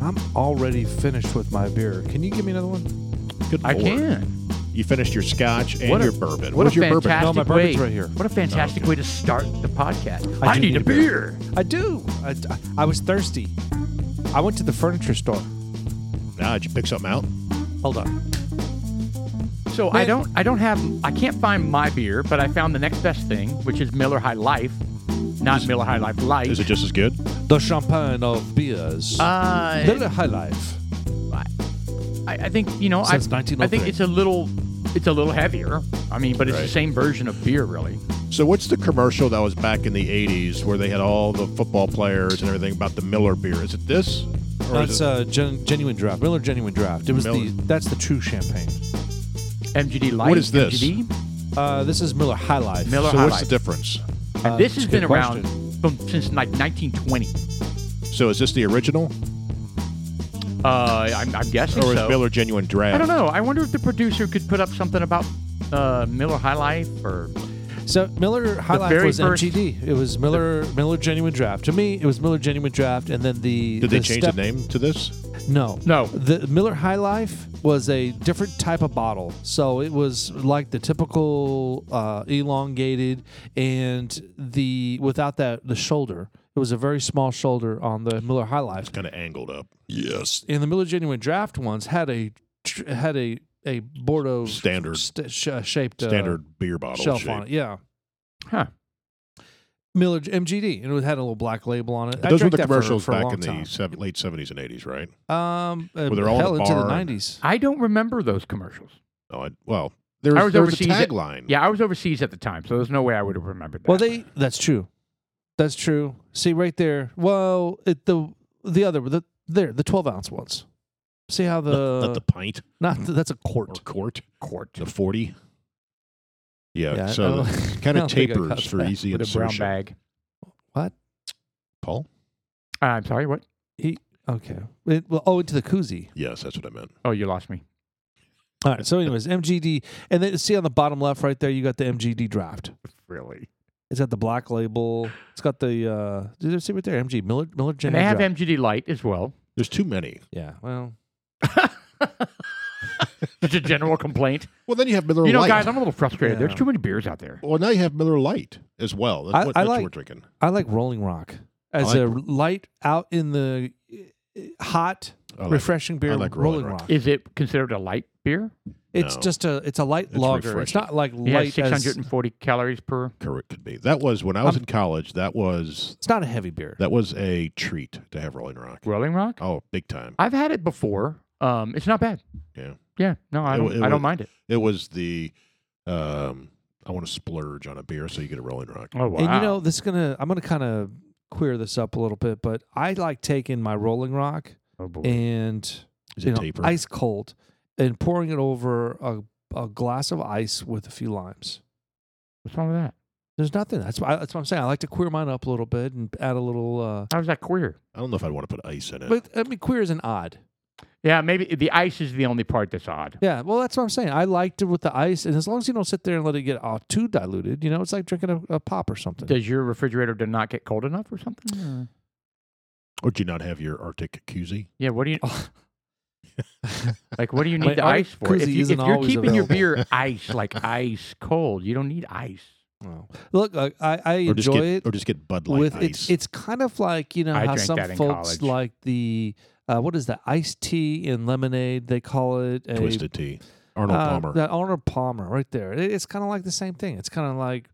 I'm already finished with my beer. Can you give me another one? Good I lord. can. You finished your scotch and What a- your bourbon. What What's a your fantastic No, bourbon? my way! bourbon's right here. What a fantastic way to start the podcast. I, do need, a beer. I do. I, I was thirsty. I went to the furniture store. Nah, did you pick something out? Hold on. So I don't, I don't have, I can't find my beer, but I found the next best thing, which is Miller High Life, not Miller High Life Light. Is it just as good? The champagne of beers. Uh, Little High Life. I, I think you know. I, Since I think 1903. it's a little, it's a little heavier. I mean, but it's the Right. same version of beer, really. So what's the commercial that was back in the '80s where they had all the football players and everything about the Miller beer? Is it this? Or No, it's is uh, it- a gen- genuine draft. Miller Genuine Draft. It was Miller. the that's the true champagne. MGD Light. is this? MGD, Uh, this is Miller High Life. Miller so High what's Life. the difference? and this has good been around from, since like 1920. So is this the original, Uh, I'm, I'm guessing or is so. Miller genuine draft? I don't know. I wonder if the producer could put up something about uh, Miller High Life or So Miller High The Life very was first- MGD. It was Miller Miller Genuine Draft. To me, it was Miller Genuine Draft, and then the Did they the change step- the name to this? No, No. The Miller High Life was a different type of bottle, so it was like the typical uh, elongated and the without that the shoulder. It was a very small shoulder on the Miller High Life. Kind of angled up. Yes, and the Miller Genuine Draft ones had a tr- had a a Bordeaux Standard. st- sh- uh, shaped uh, Standard beer bottle shelf shape. on it. Yeah. huh? Miller MGD, and it had a little black label on it. I Those drank were the that for- commercials for a back long in the time. sev- late '70s and '80s, right? um, uh, Were they all in hell the into the bar? nineties. I don't remember those commercials. Oh, I, well, there I was, was there was a overseas at- tagline. Yeah, I was overseas at the time, so there's no way I would have remembered that. Well, they that's true, that's true. See right there. Well, it, the the other the there the twelve ounce ones. See how the Not the pint not the, that's a or quart. quart, court the forty. Yeah, Yeah, I so don't- kind I of don't think I tapers got for that easy with a brown insertion. bag. Paul? Uh, I'm sorry. What? oh, Okay. It, well, oh, into the koozie. Yes, that's what I meant. Oh, you lost me. All right. So, anyways, MGD, and then see on the bottom left right there, you got the MGD draft. Really? It's got the black label. It's got the uh, did you see right there? MG Miller Miller And Genuine they have draft. MGD Light as well. There's too many. yeah. Well, It's a general complaint. Well, then you have Miller you know, Light. guys, I'm a little frustrated. Yeah. There's too many beers out there. well, now you have Miller Light as well. That's I- what I that's what like- we're drinking. I like Rolling Rock as like- a light out in the uh, hot, I like- refreshing beer. I like Rolling, Rolling Rock. Is it considered a light beer? It's No. just a it's a light It's lager. It's refreshing. not like It light. has as, 640 calories per. Correct could be. That was when I was in college. That was it's not a heavy beer. that was a treat to have Rolling Rock. Rolling Rock? Oh, big time. I've had it before. Um, it's not bad. Yeah. Yeah. No, I It don't. w- it I don't was- mind it. It was the um I want to splurge on a beer so you get a Rolling Rock. Oh wow. And you know, this is gonna I'm gonna kind of queer this up a little bit, but I like taking my Rolling Rock oh, boy. and Is you it know, taper? ice cold, and pouring it over a, a glass of ice with a few limes. What's wrong with that? There's nothing. That's why. That's what I'm saying. I like to queer mine up a little bit and add a little. Uh, How's that queer? I don't know if I'd want to put ice in it. but I mean, queer is an odd. Yeah, maybe the ice is the only part that's odd. Yeah, well, that's what I'm saying. I liked it with the ice, and as long as you don't sit there and let it get all too diluted, you know, it's like drinking a, a pop or something. Does your refrigerator did not get cold enough or something? or- or do you not have your Arctic koozie? Yeah. What do you like? What do you My need the Arctic ice for? If, koozie you, if isn't you're always keeping your available. beer ice like ice cold, you don't need ice. Wow. Look, uh, I, I or just enjoy get it or just get Bud Light with ice. it's it's kind of like you know I how drank some that in folks college. like the uh, what is that iced tea and lemonade? They call it a, twisted tea. Arnold uh, Palmer. That Arnold Palmer right there. It- it's kind of like the same thing. It's kind of like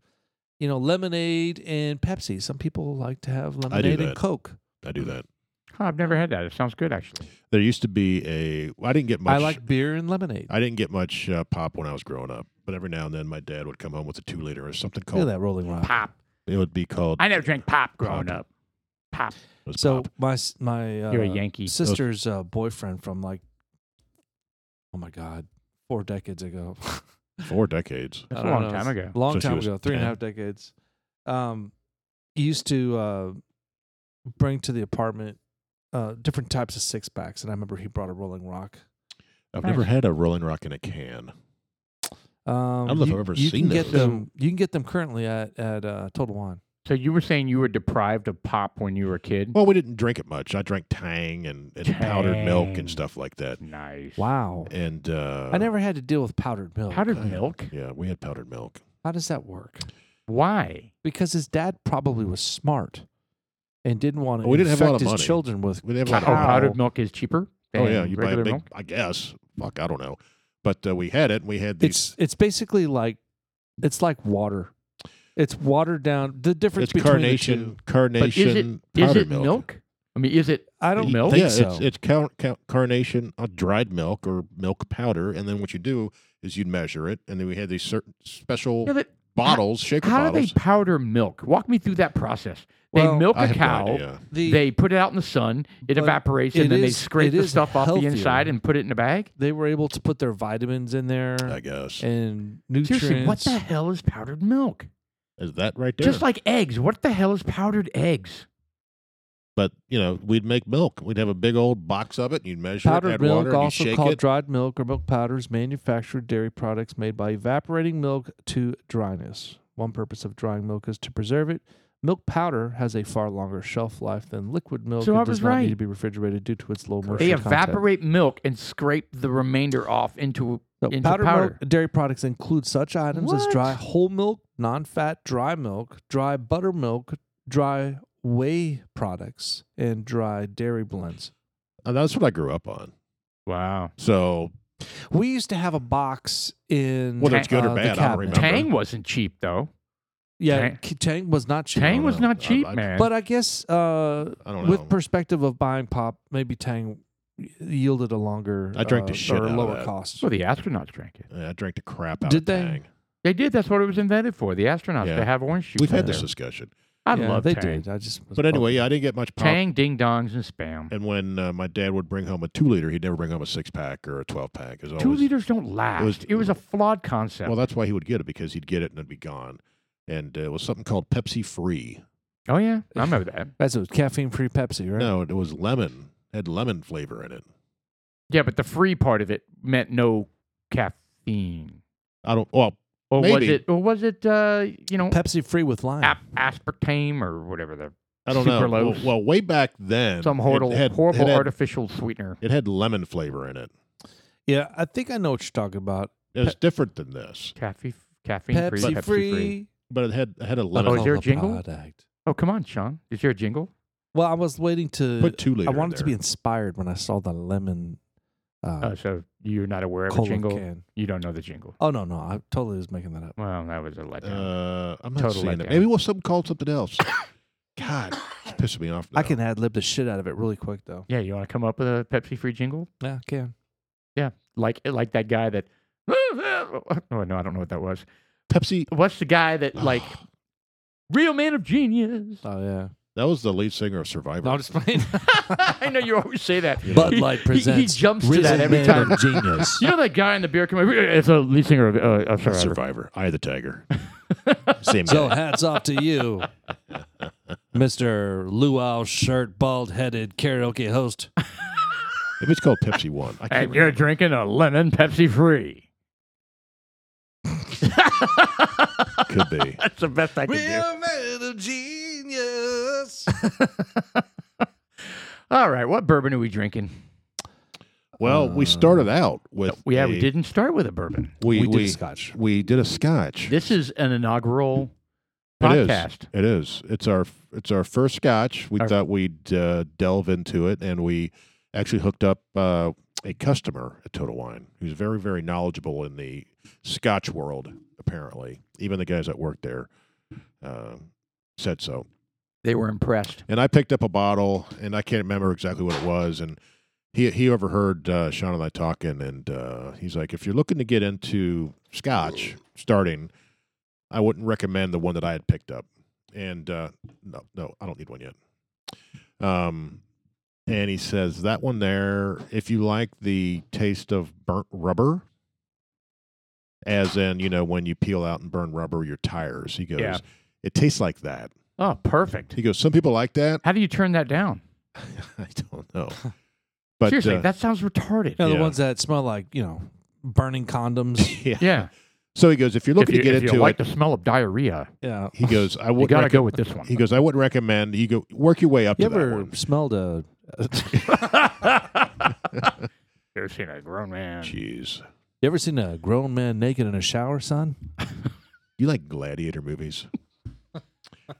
you know lemonade and Pepsi. Some people like to have lemonade and that. Coke. I do that. Huh, I've never had that. It sounds good actually. There used to be a. well, I didn't get much. I like beer and lemonade. I didn't get much uh, pop when I was growing up, but every now and then my dad would come home with a two liter or something Look at called. that Rolling Rock. Pop. It would be called. I never drank pop growing up. Pop. it was So pop. my s- my uh, You're a Yankee. sister's uh, boyfriend from like oh my god, four decades ago. four decades. That's I a don't long know, time ago. Long So she time was ago, three and a 10. half decades. Um, he used to uh, bring to the apartment uh, different types of six packs, and I remember he brought a Rolling Rock. I've Nice. never had a Rolling Rock in a can. Um, don't know if you- I've ever Um, you seen can get those. them. You can get them currently at at uh, Total Wine. So you were saying you were deprived of pop when you were a kid? Well, we didn't drink it much. I drank Tang and, and powdered milk Tang. and stuff like that. nice. Wow. And uh, I never had to deal with powdered milk. Powdered milk? Yeah, we had powdered milk. How does that work? Why? Because his dad probably was smart and didn't want to Well, we didn't have infect a lot of his money. children with. We didn't Oh, have a lot of- Cow. powdered milk is cheaper. Oh yeah, than you buy a regular big. milk. I guess. Fuck, I don't know. But uh, we had it. and We had these. It's it's basically like it's like water. It's watered down. The difference It's, between the two- carnation, But is it carnation, is powdered it milk? I mean, is it? I don't Y- know. Milk? think yeah, so. it's, it's car- car- carnation, uh, dried milk or milk powder, and then what you do is you'd measure it, and then we had these certain special Yeah, but bottles, shaker how do bottles. they powder milk? Walk me through that process. They Well, milk I a have cow. no idea. the, they put it out in the sun. It But evaporates, it and then they is- scrape it the is stuff off the healthier. inside and put it in a bag. they were able to put their vitamins in there I guess and nutrients. Seriously, what the hell is powdered milk? is that right there. Just like eggs, what the hell is powdered eggs? but you know, we'd make milk. We'd have a big old box of it. And you'd measure it, Powdered add milk, water, and you also shake called it. dried milk or milk powders, manufactured dairy products made by evaporating milk to dryness. One purpose of drying milk is to preserve it. Milk powder has a far longer shelf life than liquid milk So and I does was not need right. to be refrigerated due to its low moisture They content. evaporate milk and scrape the remainder off into No, into powdered powder. milk dairy products include such items as What? dry whole milk, non-fat dry milk, dry buttermilk, dry whey products, and dry dairy blends. And Uh, that's what I grew up on. Wow. So We used to have a box in whether it's Tang- good uh, or the bad, I cabinet. don't remember. Tang wasn't cheap though. Yeah, Tang- K- Tang was not cheap. Tang don't was know. not I- cheap, I- man. But I guess uh, I don't know. with perspective of buying pop, maybe Tang yielded a longer I drank the uh, shit or out of lower that. cost. well, the astronauts drank it. Yeah, I drank the crap out Did of they? Tang. They did. That's what it was invented for. The astronauts Yeah. to have orange juice. We've had in this there. discussion. I yeah, love they Tang. did. I just was But bummed. anyway, yeah, I didn't get much pop. Tang, ding dongs, and spam. And when uh, my dad would bring home a two liter, he'd never bring home a six pack or a 12 pack. It was Two always- liters don't last. It was- was, a flawed concept. Well, that's why he would get it because he'd get it and it'd be gone. And uh, it was something called Pepsi Free. oh yeah, I remember that. that's it. Caffeine free Pepsi, right? No, it was lemon. Had lemon flavor in it. Yeah, but the free part of it meant no caffeine. I don't. Well, Or was Maybe. it? Or was it? Uh, you know, Pepsi free with lime. ap- aspartame or whatever the I don't know. Well, Sucralose. well, way back then, some it horrible, had- horrible it had, artificial sweetener. It had lemon flavor in it. Yeah, I think I know what you're talking about. It was different than this, Caffeine, caffeine free, Pepsi, Pepsi free. but it had it had a I'll lemon. Oh, is call there a the jingle? product. Oh come on, Sean. Is there a jingle? Well, I was waiting to. Put two liter. I in wanted to be there. inspired when I saw the lemon Oh, uh, so you're not aware of a cola jingle. can. You don't know the jingle. Oh no, no, I totally was making that up. Well, that was a letdown. Uh, I'm not Total seeing it. letdown. Maybe it was something called something else. God, it's pissing me off. Now. I can ad lib the shit out of it really quick though. yeah, you want to come up with a Pepsi free jingle? Yeah, I can. Like eh, like that guy that. Oh no, I don't know what that was. Pepsi. What's the guy that like real man of genius? Oh yeah. that was the lead singer of Survivor. No, I'm just playing. I know you always say that. Bud He- Light he- presents. He, jumps to that Risen every Man time. of Genius. You know that guy in the beer commercial? It's a lead singer of, uh, of Survivor. Survivor. Eye of the Tiger. Same so guy. hats off to you, Mister Luau shirt, bald headed karaoke host. Maybe it's called Pepsi One. I can't And you're remember. drinking a lemon Pepsi free. Could be. That's the best I can do. man of genius. All right, what bourbon are we drinking? Well, we started out with. Yeah, a- we didn't start with a bourbon. We, We we did a scotch. We did a scotch. This is an inaugural It is. podcast. It is. It's our it's our first scotch. We Our- thought we'd uh, delve into it, and we actually hooked up uh, a customer at Total Wine who's very very knowledgeable in the Scotch world. Apparently, even the guys that work there um said so. They were impressed. And I picked up a bottle, and I can't remember exactly what it was. And he he overheard uh, Sean and I talking, and uh, he's like, "If you're looking to get into Scotch, starting, I wouldn't recommend the one that I had picked up." And uh, no, no, I don't need one yet. Um, and he says that one there, if you like the taste of burnt rubber. As in, you know, when you peel out and burn rubber, your tires. He goes, Yeah. it tastes like that. Oh, perfect. He goes, some people like that. How do you turn that down? I don't know. But Seriously, uh, that sounds You retarded. know, the Yeah. ones that smell like you know burning condoms. yeah. Yeah. So he goes, if you're If looking you, to get if you into like it, the smell of diarrhea, Yeah. he goes, I you would. got to Rec- go with this one. he goes, I would recommend you go work your way up You to that ever one. smelled a? You've seen a grown man. Jeez, You ever seen a grown man naked in a shower, son? you like gladiator movies?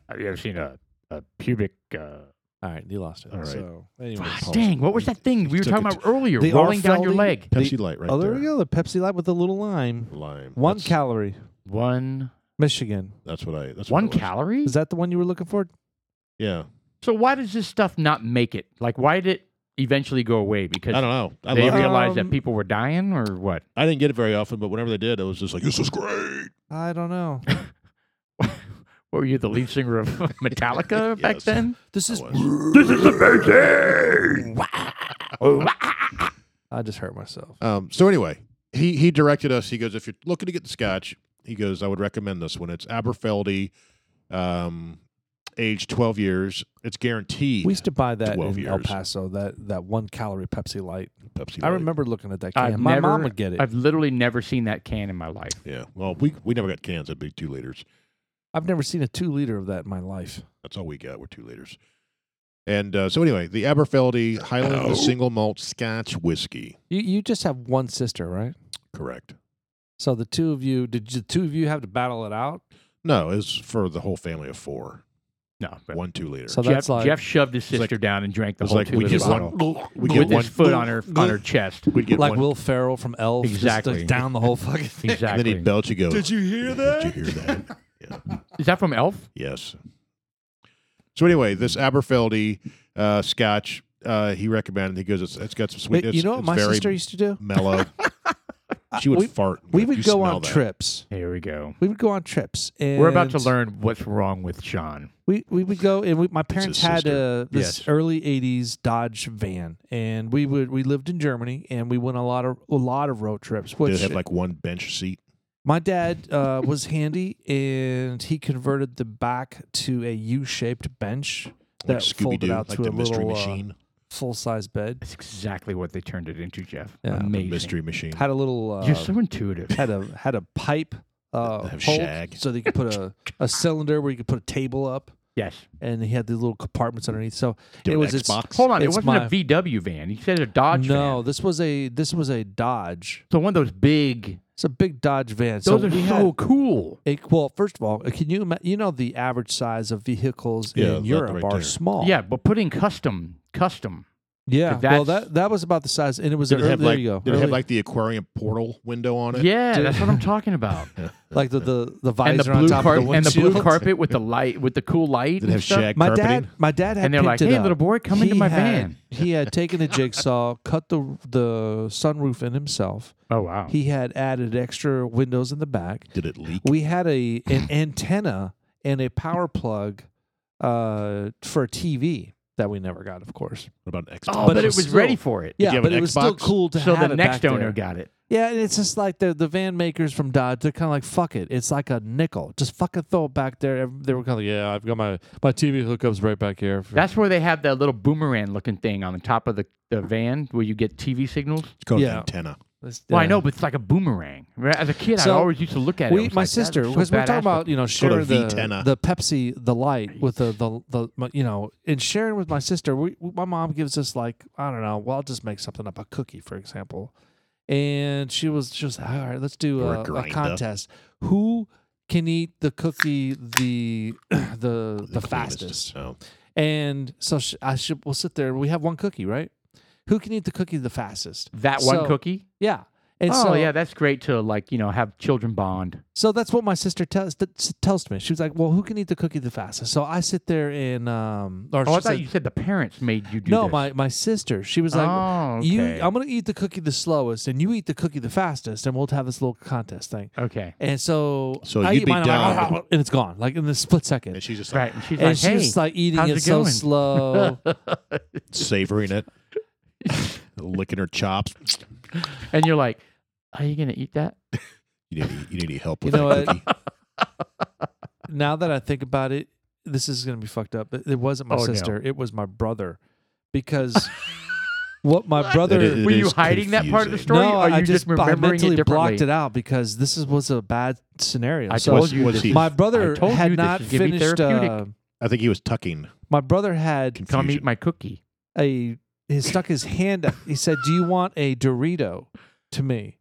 Have you ever seen a, a pubic? Uh, All right, you lost it. All right. So, anyway, ah, Paul. dang, what was that thing we were took talking it about earlier? The Rolling down your Armfelding? leg. The- Pepsi Light, right oh, there. there we go. The Pepsi Light with a little lime. Lime. One that's, calorie. One Michigan. That's what I. That's one what it was. calorie. Is that the one you were looking for? Yeah, So why does this stuff not make it? Like, why did it eventually go away? I Because don't know. I they love it. realized Um, that people were dying, or what? I didn't get it very often, but whenever they did, it was just like this is great. I don't know. What were you the lead singer of Metallica back Yes. then? This is. I was. This is amazing. Oh. I just hurt myself. Um, so anyway, he he directed us. He goes, if you're looking to get the scotch, he goes, I would recommend this one. It's Aberfeldy, um, aged 12 years. It's guaranteed. We used to buy that 12 in El years. Paso. That that one calorie Pepsi Light. Pepsi. I Light. remember looking at that I've can. My mom never- would get it. I've, I've literally never seen that can in my life. Yeah. Well, we we never got cans. That'd be two liters. never seen a two liter of that in my life. That's all we got. We're two liters. And uh, so anyway, the Aberfeldy Highland Oh. Single Malt Scotch Whiskey. You you just have one sister, right? Correct. So the two of you did you, the two of you have to battle it out? No, it's for the whole family of four. No, but One two liter. So Jeff, that's like Jeff shoved his like- sister down and drank the it's whole like two we liter get bottle one. We get with one. his foot on her on her chest. We'd get like one. Will Ferrell from Elf, just, like, Exactly. down the whole fucking thing. and then Exactly. he'd belch. You go. you hear Did you hear that? yeah. Is that from Elf? Yes. So anyway, this Aberfeldy uh, Scotch uh, he recommended. He goes, it's, it's got some Wait, sweetness. you know what it's my very sister used to do? mellow. she would we- fart. and We go, "You would go smell on that." trips. Here we go. We would go on trips, and We're about to learn what's wrong with Sean. We we would go, and we, my parents had a, this Yes. early '80s Dodge van, and we would we lived in Germany, and we went a lot of a lot of road trips. Did Which it have like one bench seat? my dad uh, was handy, and he converted the back to a U-shaped bench Like that Scooby folded Doo, out like to the a mystery little uh, machine. full size bed. That's exactly what they turned it into, Jeff. Yeah. The The Amazing. mystery machine. Had a little uh, You're so intuitive. had a had a pipe uh, Have hole shag. so they could put a, a cylinder where you could put a table up, Yes. and he had the little compartments underneath. So Do it an was its- Xbox. Hold on. It's it wasn't my- a VW van. He said a Dodge no, van. this was a this was a Dodge. So one of those big. It's a big Dodge van. Those so are so we had cool. a, well, first of all, can you ima- you know the average size of vehicles Yeah, in that Europe right are there. small. Yeah, but putting custom, custom. yeah. that's- Well, that that was about the size, and it was Did an it early, have there like? you go. Did it have early- like the aquarium portal window on it? Yeah, that's what I'm talking about. like the the the visor and the on blue top carpet of the and the blue windshield? carpet with the light with the cool light. Did it and have stuff. shag My carpeting? dad, my dad had And they're like, picked it "Hey, up. little boy, come into He my had- van." He had taken a jigsaw, cut the the sunroof in himself. Oh wow. He had added extra windows in the back. Did it leak? We had a an antenna and a power plug uh, for a TV that we never got, of course. What about an Xbox? oh, but but, it it was was ready still- for it. you Yeah, have but an it was still Xbox? cool to So have the it back next owner there. got it. Yeah, and it's just like the the van makers from Dodge. They're kind of like, fuck it. It's like a nickel. Just fucking throw it back there. Ev- They were kind of like, yeah, I've got my my TV hookups right back here. for- That's where they have that little boomerang looking thing on the top of the, the van where you get TV signals. it's called an yeah. antenna. That's- Well, I yeah. know, but it's like a boomerang. Right? As a kid, So, I always used to look at it. I We, was my like, "That sister, looks because so we we're badass talking about looking." you know Sort sharing of the, V10. the Pepsi, the light with the the the my- you know, and sharing with my sister. We, my mom gives us like I don't know. Well, I'll just make something up, a cookie, for example. And she was she was like, all right, let's do Or a a, a grinder. contest. Who can eat the cookie the the the, Oh, cleanest. fastest? Oh. And so she, I should we'll sit there. and We have one cookie, right? Who can eat the cookie the fastest? that one So- cookie. Yeah. And oh so yeah, that's great to like you know have children bond. Oh, So that's what my sister tells that s- tells me. She was like, "Well, who can eat the cookie the fastest?" So I sit there and um, or Oh, I she thought said, you said the parents made you do "No, this. my my sister." She was like, oh, okay. "You, I'm gonna eat the cookie the slowest, and you eat the cookie the fastest, and we'll have this little contest thing." okay. And so, So I you'd eat be mine, I'm like, down. and it's gone, like in the split second. And she's just like Right. And she's and like, she hey, was like eating how's it, it so going?" slow. savoring it, licking her chops. and you're like, are you gonna eat that? You need, you need any help You with know that what? cookie? now that I think about it, this is gonna be fucked up. But it wasn't my Oh, no. sister; it was my brother, because what my What? brother. It is- Were you hiding that part of the confusing. story? no, or are you I just, just, I remembering mentally it differently? blocked it out because this is, was a bad scenario. I so Was- told you was this he- is- my I brother told had you this not is gonna be finished. therapeutic. Uh, I think he was tucking. my brother had Confusion. Come eat my cookie. a he stuck his hand up. He said, "Do you want a Dorito?" To me,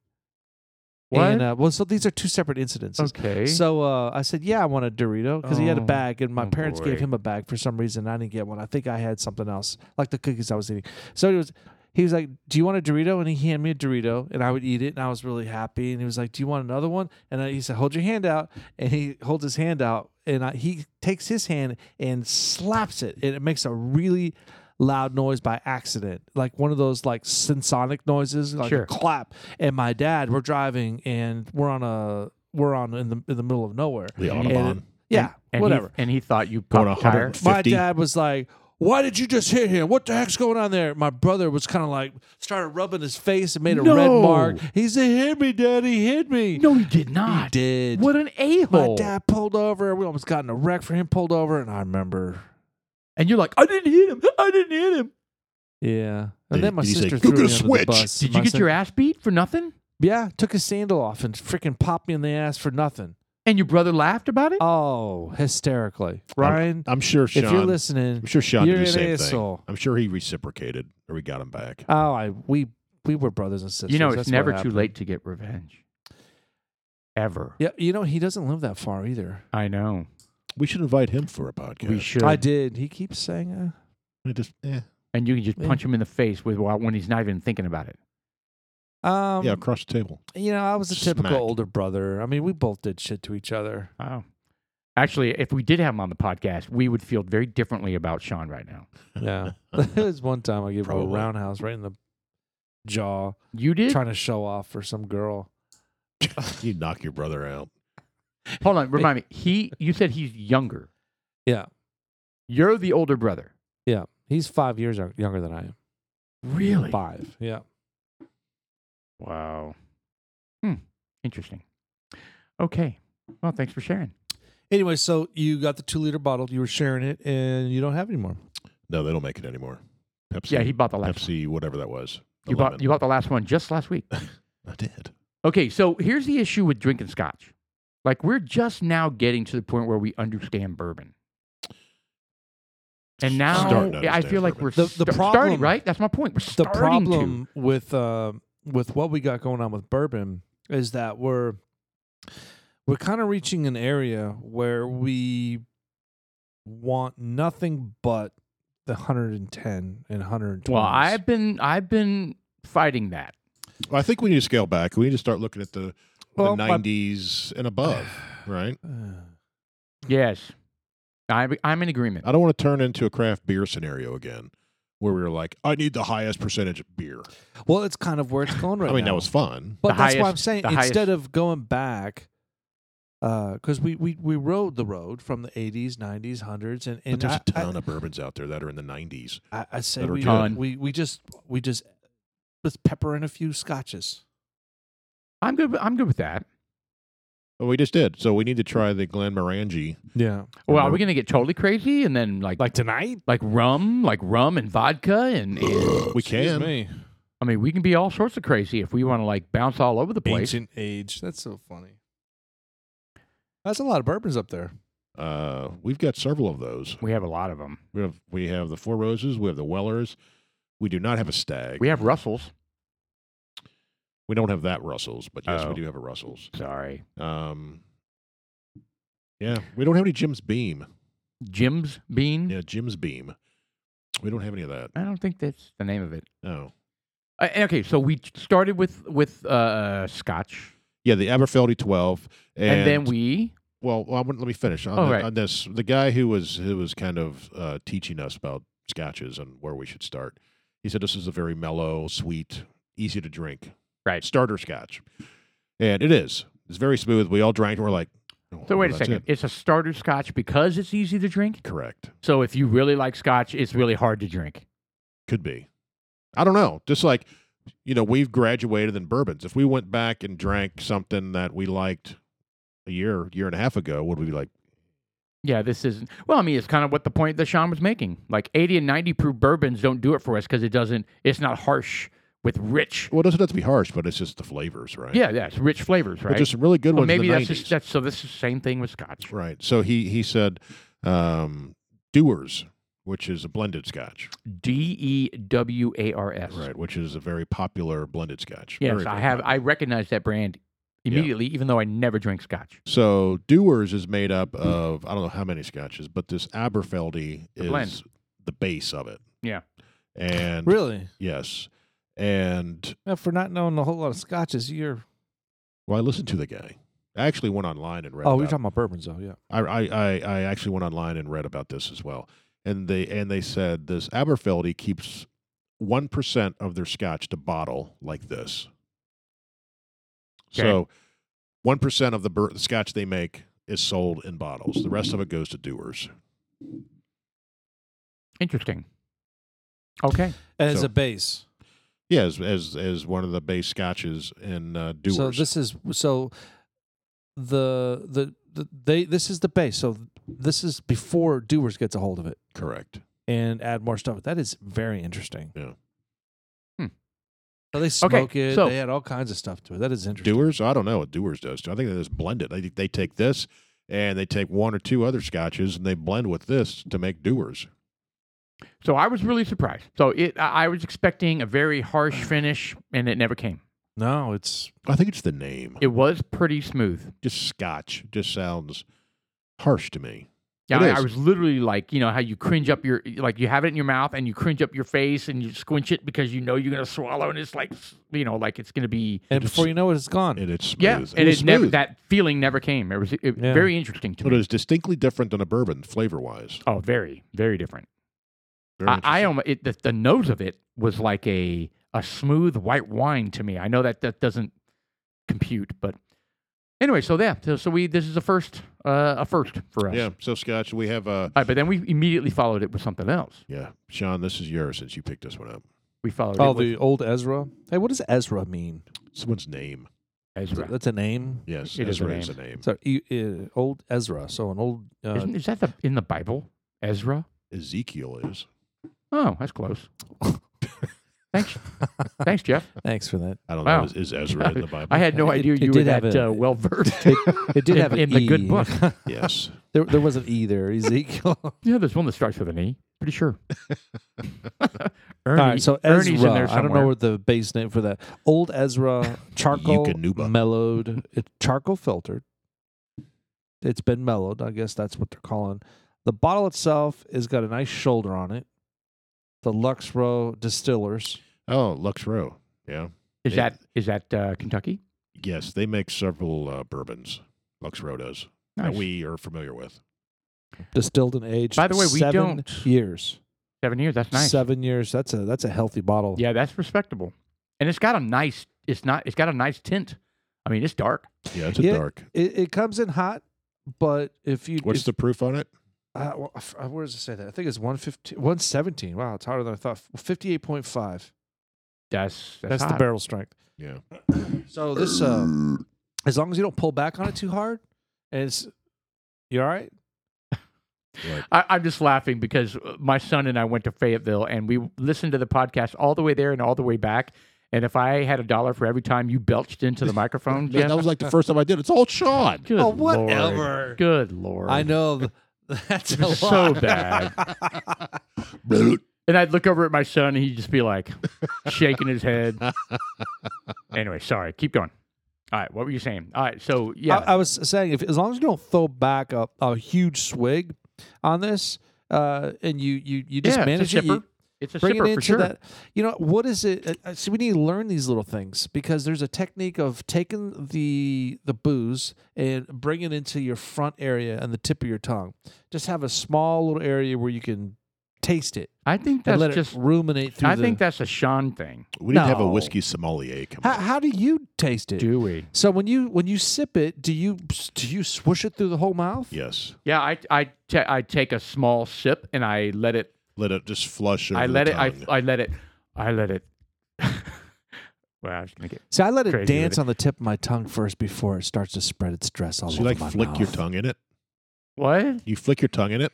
What? And, uh, well, so these are two separate incidences. okay. So uh, I said, "Yeah, I want a Dorito," because he had a Oh. bag, and my Oh, parents gave boy. him a bag for some reason. I didn't get one. I think I had something else, like the cookies I was eating. So he was, he was like, "Do you want a Dorito?" And he handed me a Dorito, and I would eat it, and I was really happy. And he was like, "Do you want another one?" And I, he said, "Hold your hand out," and he holds his hand out, and I, he takes his hand and slaps it, and it makes a really loud noise by accident like one of those like synsonic noises like Sure. a clap and my dad we're driving and we're on a we're on in the in the middle of nowhere The And- Autobahn. yeah, and whatever. He, and he thought you Going popped 100 tire. My 50. dad was like, "Why did you just hit him? What the heck's going on there?" My brother was kind of like started rubbing his face and made a red No. mark. He said, "Hit me, daddy, hit me." No, he did he not. did. What an a My hole! dad pulled over. We almost got in a wreck for him pulled over, and I remember. And you're like, I didn't hit him. I didn't hit him. Yeah, Did- and then my did he say, sister "You threw get a me under the switch?" bus. Did My you get sis- your ass beat for nothing? Yeah, took his sandal off and freaking popped me in the ass for nothing. And your brother laughed about it. Oh, hysterically, Ryan. I'm sure Sean. if you're listening, I'm sure Sean you're did the an same asshole. thing. I'm sure he reciprocated or we got him back. oh, I we we were brothers and sisters. you know, That's it's what never too happened. late to get revenge. Ever. Yeah, you know he doesn't live that far either. I know. We should invite him for a podcast. We should. I did. He keeps saying, uh, I just, eh. And you can just Yeah. punch him in the face with while- when he's not even thinking about it. um, yeah, across the table. you know, I was a typical Smack. older brother. I mean, we both did shit to each other. Wow. Oh. Actually, if we did have him on the podcast, we would feel very differently about Sean right now. Yeah. there was one time I gave him a Probably. roundhouse right in the jaw, You did? trying to show off for some girl. you knock your brother out. Hold on, remind me. He you said he's younger. Yeah. You're the older brother. Yeah. He's five years yo- younger than I am. Really? Five. Yeah. Wow. Hmm. Interesting. Okay. Well, thanks for sharing. Anyway, so you got the two liter bottle. You were sharing it, and you don't have any more. No, they don't make it anymore. Pepsi. Yeah, he bought the last one. Pepsi, whatever that was. the You bought lemon. you bought the last one just last week. I did. Okay, so here's the issue with drinking scotch. Like we're just now getting to the point where we understand bourbon. And now Starting to I understand feel like bourbon. we're The- the sta- starting, problem- right? That's my point. We're the starting to. problem with uh, with what we got going on with bourbon is that we're we're kind of reaching an area where we want nothing but the 110 and 120. Well, I've been I've been fighting that. Well, I think we need to scale back. We need to start looking at the, Well, the my- 90s and above, right? Yes. I I'm in Uh, agreement. I don't want to turn into a craft beer scenario again where we were like, I need the highest percentage of beer. well, it's kind of where it's going right I mean, now. that was fun. but The that's why I'm highest- saying the instead of going back, because we, we we rode the road from the 80s, 90s, 100s, and and but there's I- a I- ton of bourbons out there that are in the 90s. I, I say that are we, good. we we just we just let's pepper in a few scotches. I'm good. with- I'm good with that. Well, we just did. So we need to try the Glenmorangie. Yeah, Well, are Remember- we going to get totally crazy and then like like, like tonight. rum, like rum and vodka and, and- We can. me. I mean, we can be all sorts of crazy if we want to like bounce all over the place. Ancient age. That's so funny. That's a lot of bourbons up there. Uh, we've got several of those. We have a lot of them. We have we have the Four Roses. We have the Wellers. We do not have a Stag. We have Russells. We don't have that Russell's, but yes, Oh. we do have a Russell's. Sorry. Um, yeah, we don't have any Jim's Beam. Jim's Bean. Yeah, Jim's Beam. We don't have any of that. I don't think that's the name of it. No. Uh, okay, so we started with with uh, Scotch, Yeah, the Aberfeldy twelve, and, and, then we Well, well, I wouldn't let me finish on, Oh, the- right. on this. The guy who was who was kind of uh, teaching us about scotches and where we should start. He said this is a very mellow, sweet, easy to drink right. starter scotch, and it is. It's very smooth. We all drank. and We're like, oh, So wait a that's second. it. It's a starter Scotch because it's easy to drink. Correct. So if you really like Scotch, it's really hard to drink. Could be. I don't know. Just like, you know, we've graduated in bourbons. If we went back and drank something that we liked a year, year and a half ago, would we be like, Yeah, this isn't. Well, I mean, it's kind of what the point that Sean was making. Like 80 and 90 proof bourbons don't do it for us because it doesn't, it's not harsh with rich. Well, it doesn't have to be harsh, but it's just the flavors, right? Yeah, yeah, it's rich flavors, right? But there's some really good Well, ones. in maybe the that's 90s. just, that's, so this is the same thing with scotch. Right. So he he said um, Doers, which is a blended scotch. D E W A R S. Right, which is a very popular blended scotch. Yes, Very, I very have, popular. I recognize that brand immediately, even though I never drink scotch. So Doers is made up of I don't know how many scotches, but this Aberfeldy is blend. the base of it. Yeah. And Really? yes. And Yeah, for not knowing a whole lot of scotches, you're. well, I listened to the guy. I actually went online and read. Oh, about you're talking about bourbons, though. Yeah. I, I, I, I actually went online and read about this as well. And they and they said this Aberfeldy keeps one percent of their scotch to bottle like this. So one percent of the bur- scotch they make is sold in bottles. The rest of it goes to doers. Interesting. Okay. As So- a base. Yeah, as as, as one of the base scotches in uh, doers. So this is so the, the the they this is the base. So this is before Doers gets a hold of it correct. and add more stuff. That is very interesting. Yeah. Hmm. So they Okay, smoke it. so- they add all kinds of stuff to it. That is interesting. Doers? I don't know what doers does. too. I think they just blend it. They they take this and they take one or two other scotches and they blend with this to make doers. So I was really surprised. So it, I I was expecting a very harsh finish, and it never came. No, it's I think it's the name. It was pretty smooth. just scotch just sounds harsh to me. Yeah, It I, I is. was literally like, you know, how you cringe up your, like you have it in your mouth and you cringe up your face and you squinch it because you know you're gonna swallow, and it's like, you know, like it's gonna be. and before you know it, it's gone. And it's smooth. Yeah, It and was it never smooth, that feeling never came. It was it, Yeah. very interesting to but it me. was distinctly different than a bourbon flavor wise. Oh, very, very different. I, I almost it, the, the nose of it was like a a smooth white wine to me. I know that that doesn't compute, but anyway, so yeah, so, so we this is a first uh, a first for us. yeah. So scotch, we have uh All right, but then we immediately followed it with something else. yeah, Sean, this is yours since you picked this one up. We followed Oh, it with the old Ezra. Hey, what does Ezra mean? Someone's name. Ezra. That's a name. Yes, It is a Ezra is a name. So e- e- old Ezra. So an old. Uh, Isn't, is that the, in the Bible? Ezra? Ezekiel is. Oh, that's close. thanks, thanks, Jeff. thanks for that. I don't Wow. know. Is, is Ezra in the Bible? I had no It- idea it you were did have that a- uh, well versed. It, it did In- have an in the good E. book. yes. there, there was an E there, Ezekiel. yeah, there's one that starts with an E. Pretty sure. Ernie, All right, so Ernie's Ezra. in there I somewhere. don't know where the base name for that. Old Ezra charcoal Yukonuba. mellowed, it, charcoal filtered. It's been mellowed. I guess that's what they're calling. The bottle itself has got a nice shoulder on it. The Lux Row Distillers. Oh, Lux Row. Yeah. Is It- that is that uh, Kentucky? Yes, they make several uh, bourbons. Lux Row does that Nice. we are familiar with. distilled and aged. By the way, we seven don't- years. Seven years. That's nice. Seven years. That's a that's a healthy bottle. Yeah, that's respectable, and it's got a nice. It's not. It's got a nice tint. I mean, it's dark. Yeah, it's a Yeah. dark. It, it comes in hot, but if you What's if, the proof on it? uh, well, I f- uh, where does it say that? I think it's 115, 117. Wow, it's harder than I thought. Fifty eight point five. That's that's, That's the hot. barrel strength. Yeah. So this, uh, as long as you don't pull back on it too hard, and it's you all right. Right. I, I'm just laughing because uh, my son and I went to Fayetteville and we listened to the podcast all the way there and all the way back. And if I had a dollar for every time you belched into the microphone, Yeah, Jeff, that was like the first time I did. it. It's all Sean. good Oh, lord. whatever. Good lord. I know th- that's a It was so lot. bad. Bloop. And I'd look over at my son and he'd just be like shaking his head. anyway, sorry. Keep going. All right. What were you saying? All right. So, yeah. I, I was saying if as long as you don't throw back a, a huge swig on this, uh, and you you you just yeah, manage it's a it, you shipper. It's a bring it shipper into for sure. that. You know what is it? uh, Uh, see, we need to learn these little things because there's a technique of taking the the booze and bring it into your front area and the tip of your tongue. Just have a small little area where you can taste it I think and let that's it just, ruminate through. I the, think that's a Sean thing. We didn't have a No. whiskey sommelier. Come How, on. how do you taste it? Do we? So when you when you sip it, do you do you swoosh it through the whole mouth? Yes. Yeah. I, I, ta- I take a small sip and I let it Let it just flush over I the let it. I, tongue. I let it. I let it. well, I was gonna get. See, I let it Crazy with dance it. on the tip of my tongue first before it starts to spread its stress all so over you like my flick mouth. your tongue in it? What? You flick your tongue in it.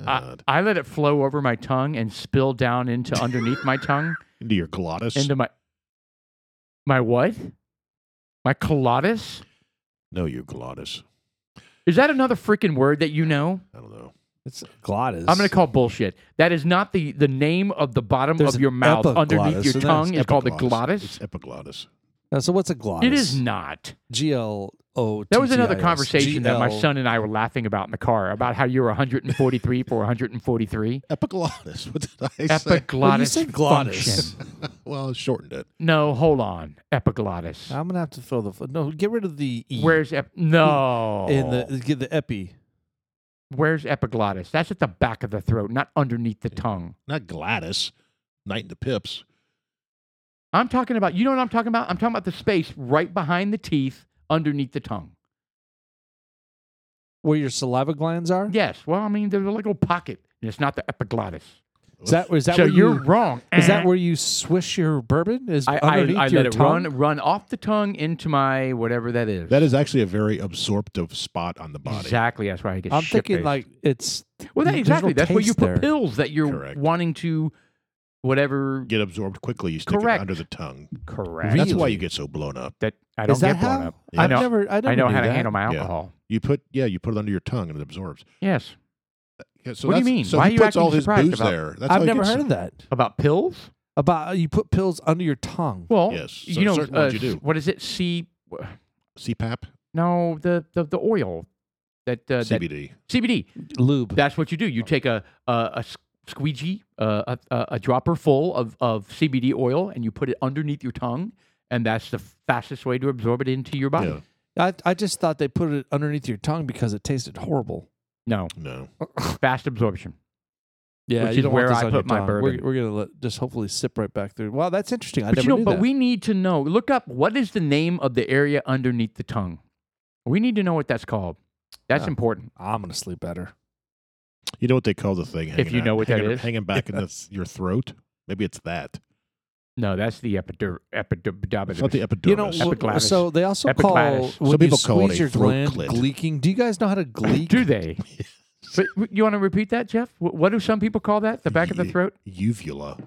I, God, I let it flow over my tongue and spill down into underneath my tongue, into your glottis. into my my what? My colitis? no, your glottis. Is that another freaking word that you know? I don't know. It's glottis. I'm going to call bullshit. That is not the the name of the bottom There's of your an mouth epiglottis, underneath your isn't there? tongue is called the Epiglottis. glottis. It's epiglottis. Now, Uh, so what's a glottis? It is not. G L O. That was another conversation that my son and I were laughing about in the car about how you're 143 for 143. Epiglottis. What did I say? Epiglottis. Well, you said glottis. function. well, I shortened it. No, hold on. Epiglottis. I'm gonna have to fill the f- no. Get rid of the e. Where's ep- no? in the get the epi. Where's epiglottis? That's at the back of the throat, not underneath the tongue. Not Gladys. Knight and the Pips. I'm talking about. You know what I'm talking about? I'm talking about the space right behind the teeth, underneath the tongue. Where your saliva glands are? Yes. Well, I mean, there's a little pocket, and it's not the epiglottis. Is that is that so where you're you, wrong. is that Eh. where you swish your bourbon? Is I, I, underneath I your let it tongue? run run off the tongue into my whatever that is. That is actually a very absorptive spot on the body. exactly. That's why I get. I'm thinking shit-faced. like it's Well, that, there's no exactly. that's where you taste put there. pills that you're Correct. wanting to, whatever. Get absorbed quickly. You stick Correct. it under the tongue. Correct. That's why Really? you get so blown up. that I don't is that get blown how? up. I've I know. never I, never I know knew how to that. handle my Yeah. alcohol. You put yeah, you put it under your tongue and it absorbs. Yes. Yeah, so What do you that's- mean? So Why are he you puts all acting his surprised booze about- there. That's how I've he never gets heard it. of that. About pills? About you put pills under your tongue. Well, Yes, so you know, certain ones you s- do. what is it? C? CPAP, No, the the, the oil that uh, that- CBD. CBD. Lube. That's what you do. You Oh. take a a, a s- squeegee, uh, a, a a dropper full of of CBD oil, and you put it underneath your tongue, and that's the fastest way to absorb it into your body. Yeah. I I just thought they put it underneath your tongue because it tasted horrible. No, No, fast absorption. Yeah, Which you is don't where want this I on put your my tongue. bourbon. We're, we're gonna let, just hopefully sip right back through. Wow, that's interesting. I but never you know, knew but that. we need to know. Look up what is the name of the area underneath the tongue. We need to know what that's called. That's Yeah. important. I'm gonna sleep better. you know what they call the thing? Hanging you out- know what that hanging, is. hanging back in the, th- your throat. Maybe it's that. No, that's the epidur It's not the epidur epidermis. You know, w- Epiglottis. so they also call Epiglottis. when Some you people call it squeeze a your throat gland clit. gleeking. Do you guys know how to gleek? Do they? but w- you want to repeat that, Jeff? Wh- What do some people call that? The back of the Ye- throat? uvula.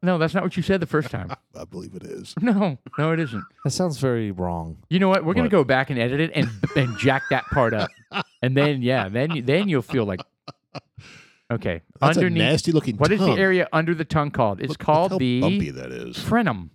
No, that's not what you said the first time. I believe it is. No, no, it isn't. That sounds very wrong. You know what? We're gonna What? go back and edit it and and jack that part up, and then yeah, then you- then you'll feel like okay. That's a underneath, nasty looking. what is tongue. the area under the tongue called? It's Look- look called how bumpy the that is. frenum.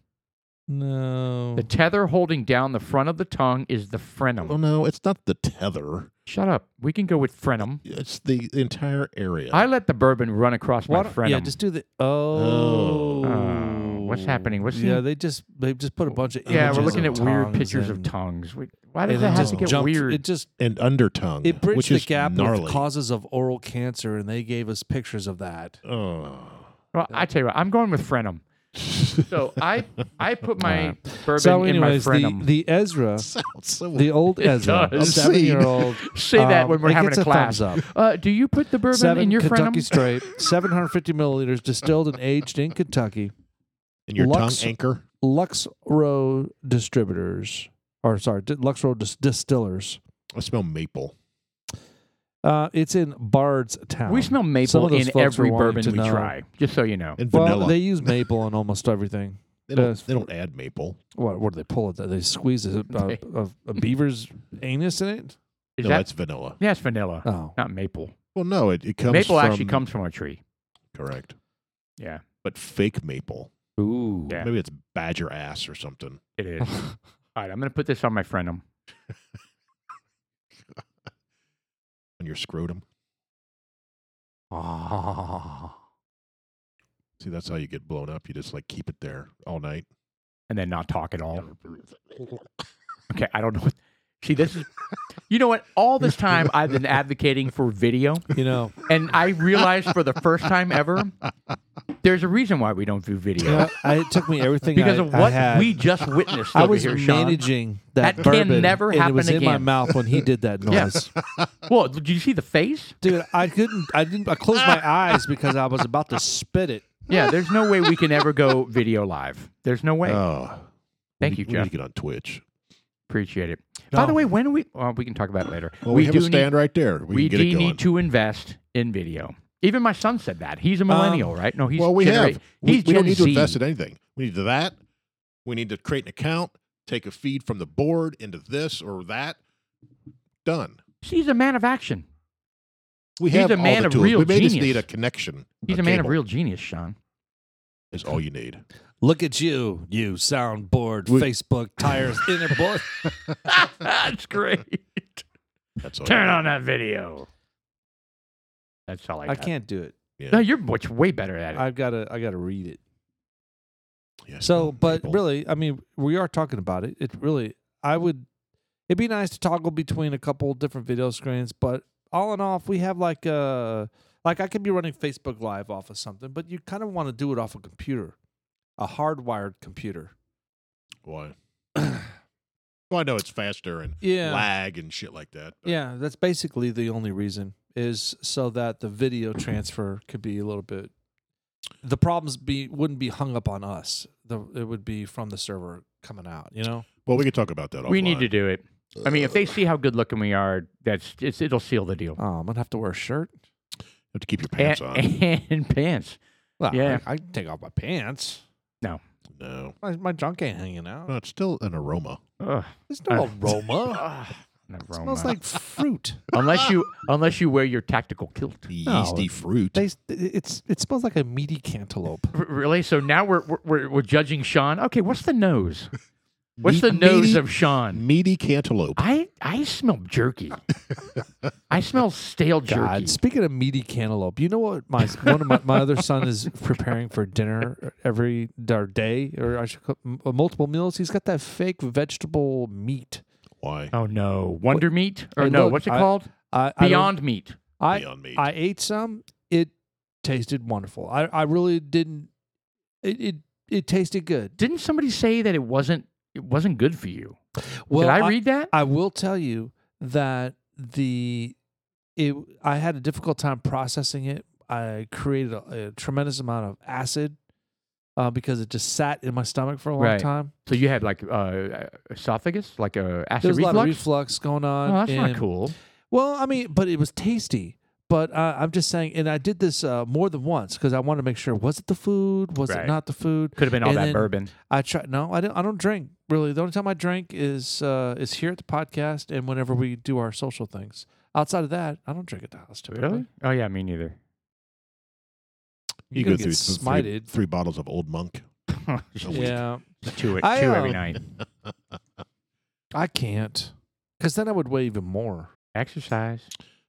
No. The tether holding down the front of the tongue is Oh the frenum. no, it's not the tether. Shut up. We can go with frenum. It's the entire area. I let the bourbon run across my Why frenum. don't- yeah, just do the. Oh. Oh, what's happening? What's yeah? the- they just they just put a bunch of. Yeah, we're images looking of at weird tongues pictures of and- tongues. We, why and does it that have just to get jumped- weird? It just and undertongue. it which bridged the is gap gnarly. with causes of oral cancer, and they gave us pictures of that. Oh. well, I tell you what, I'm going with Frenum. So I I put my Alright. bourbon So, in my anyways, the, Frenum. the Ezra, Sounds so the old It Ezra, does. seven year old. Say that when we're um, it having gets a a class. thumbs up. Uh, do you put the bourbon Seven in your Kentucky Frenum? Straight, 750 milliliters, distilled and aged in Kentucky. and your Lux- tongue anchor. Luxro Distributors, or sorry, di- Luxro Dis- Distillers. I smell maple. Uh, it's in Bardstown. We smell Some maple of those in folks are every wanting bourbon to we know. try. Just so you know. And Well, vanilla. they They, use maple on almost everything. don't, uh, they don't add maple. What? What do they pull it? They squeeze a, a, a, a beaver's anus in it? Is no, that that's vanilla. yeah, it's vanilla, Oh, not maple. Well, no, it, it comes Maple actually from- comes from a tree. Correct. Yeah. But fake maple. ooh, Yeah. Maybe it's badger ass or something. It is. All right, I'm gonna put this on my Frenum. On your scrotum. Ah. See, that's how you get blown up. You just like keep it there all night. and then not talk at all. Okay, I don't know. What, see, this is, you know what? All this time I've been advocating for video, you know, and I realized for the first time ever, there's a reason why we don't do video you know, I, it took me everything because I- of I what had. we just witnessed I over was here, Sean. managing that, That can bourbon, never and it was happen in my again. mouth when he did that Yeah. noise. Well, did you see the face? Dude, I couldn't. I didn't. I closed my eyes because I was about to spit it. Yeah, there's no way we can ever go video live. There's no way. Oh. Thank you, We need Jeff. to get on Twitch. Appreciate it. By No. the way, when we well, we can talk about it later. Well, we, have do a stand right there. Need, We, we can get it do going. need to invest in video. Even my son said that. He's a millennial, right? No, he's Uh, well, we genera- have. We, he's we don't Gen need to Z. invest in anything. We need to that. We need to create an account, take a feed from the board into this or that. Done. He's a man of action. We He's have a man all the of tools. real we may just genius. need a connection. He's a, man of cable real genius, Sean. Is all you need. Look at you, you soundboard, We- Facebook, tires, inner board. That's great. That's all. Turn you on that video. That's all I. I Got. can't do it. Need. No, Yeah. you're much way better at it. I've got to. I got to read it. Yeah. So, but People. really, I mean, we are talking about it. It really, I would. It'd be nice to toggle between a couple different video screens, but all in all, if we have like a like I could be running Facebook Live off of something, but you kind of want to do it off a computer, a hardwired computer. Why? well, I know it's faster and Yeah. lag and shit like that. but Yeah, that's basically the only reason is so that the video transfer could be a little bit. The problems be wouldn't be hung up on us. The it would be from the server coming out. You know. Well, we can talk about that. we offline. need to do it. I mean, if they see how good looking we are, that's it's, it'll seal the deal. Oh, I'm gonna have to wear a shirt. have to keep your pants and, on. and pants. Well, Yeah. I, I can take off my pants. no, My, my junk ain't hanging out. no, it's still an aroma. Ugh, There's no Uh, aroma. ugh, an It smells aroma. like fruit. unless you unless you wear your tactical kilt. No, Yeasty fruit. They, it's it smells like a meaty cantaloupe. R- really? So now we're we're- we're, we're judging Sean. Okay, what's the nose? What's Meat- the nose meaty- of Sean? meaty cantaloupe? I I smell jerky. I smell stale jerky. God, speaking of meaty cantaloupe, you know what my one of my, my other son is preparing for dinner every or day or I should call, m- uh, multiple meals. He's got that fake vegetable meat. Why? Oh no, Wonder Meat or Hey, no? look, what's it I- called? I, I don't- Beyond Meat. I Beyond meat. I ate some. It tasted wonderful. I, I really didn't. It, it it tasted good. Didn't somebody say that it wasn't it wasn't good for you? Well, Did I read that? I will tell you that the it I had a difficult time processing it. I created a, a tremendous amount of acid uh, because it just sat in my stomach for a long Right. time. So you had like uh, esophagus, like a acid There was a reflux. lot of reflux going on. oh, that's not and- cool. Well, I mean, but it was tasty. But uh, I'm just saying, and I did this uh, more than once because I wanted to make sure: was it the food? Was Right. it not the food? Could have been all And that then- bourbon. I try. No, I don't. I don't drink really. The only time I drink is uh, is here at the podcast and whenever we do our social things. Outside of that, I don't drink at the house typically. Oh yeah, me neither. You go could get th- smited. Three, three bottles of Old Monk. Yeah, two, e-, I, two uh, every night. I can't, because then I would weigh even more. Exercise.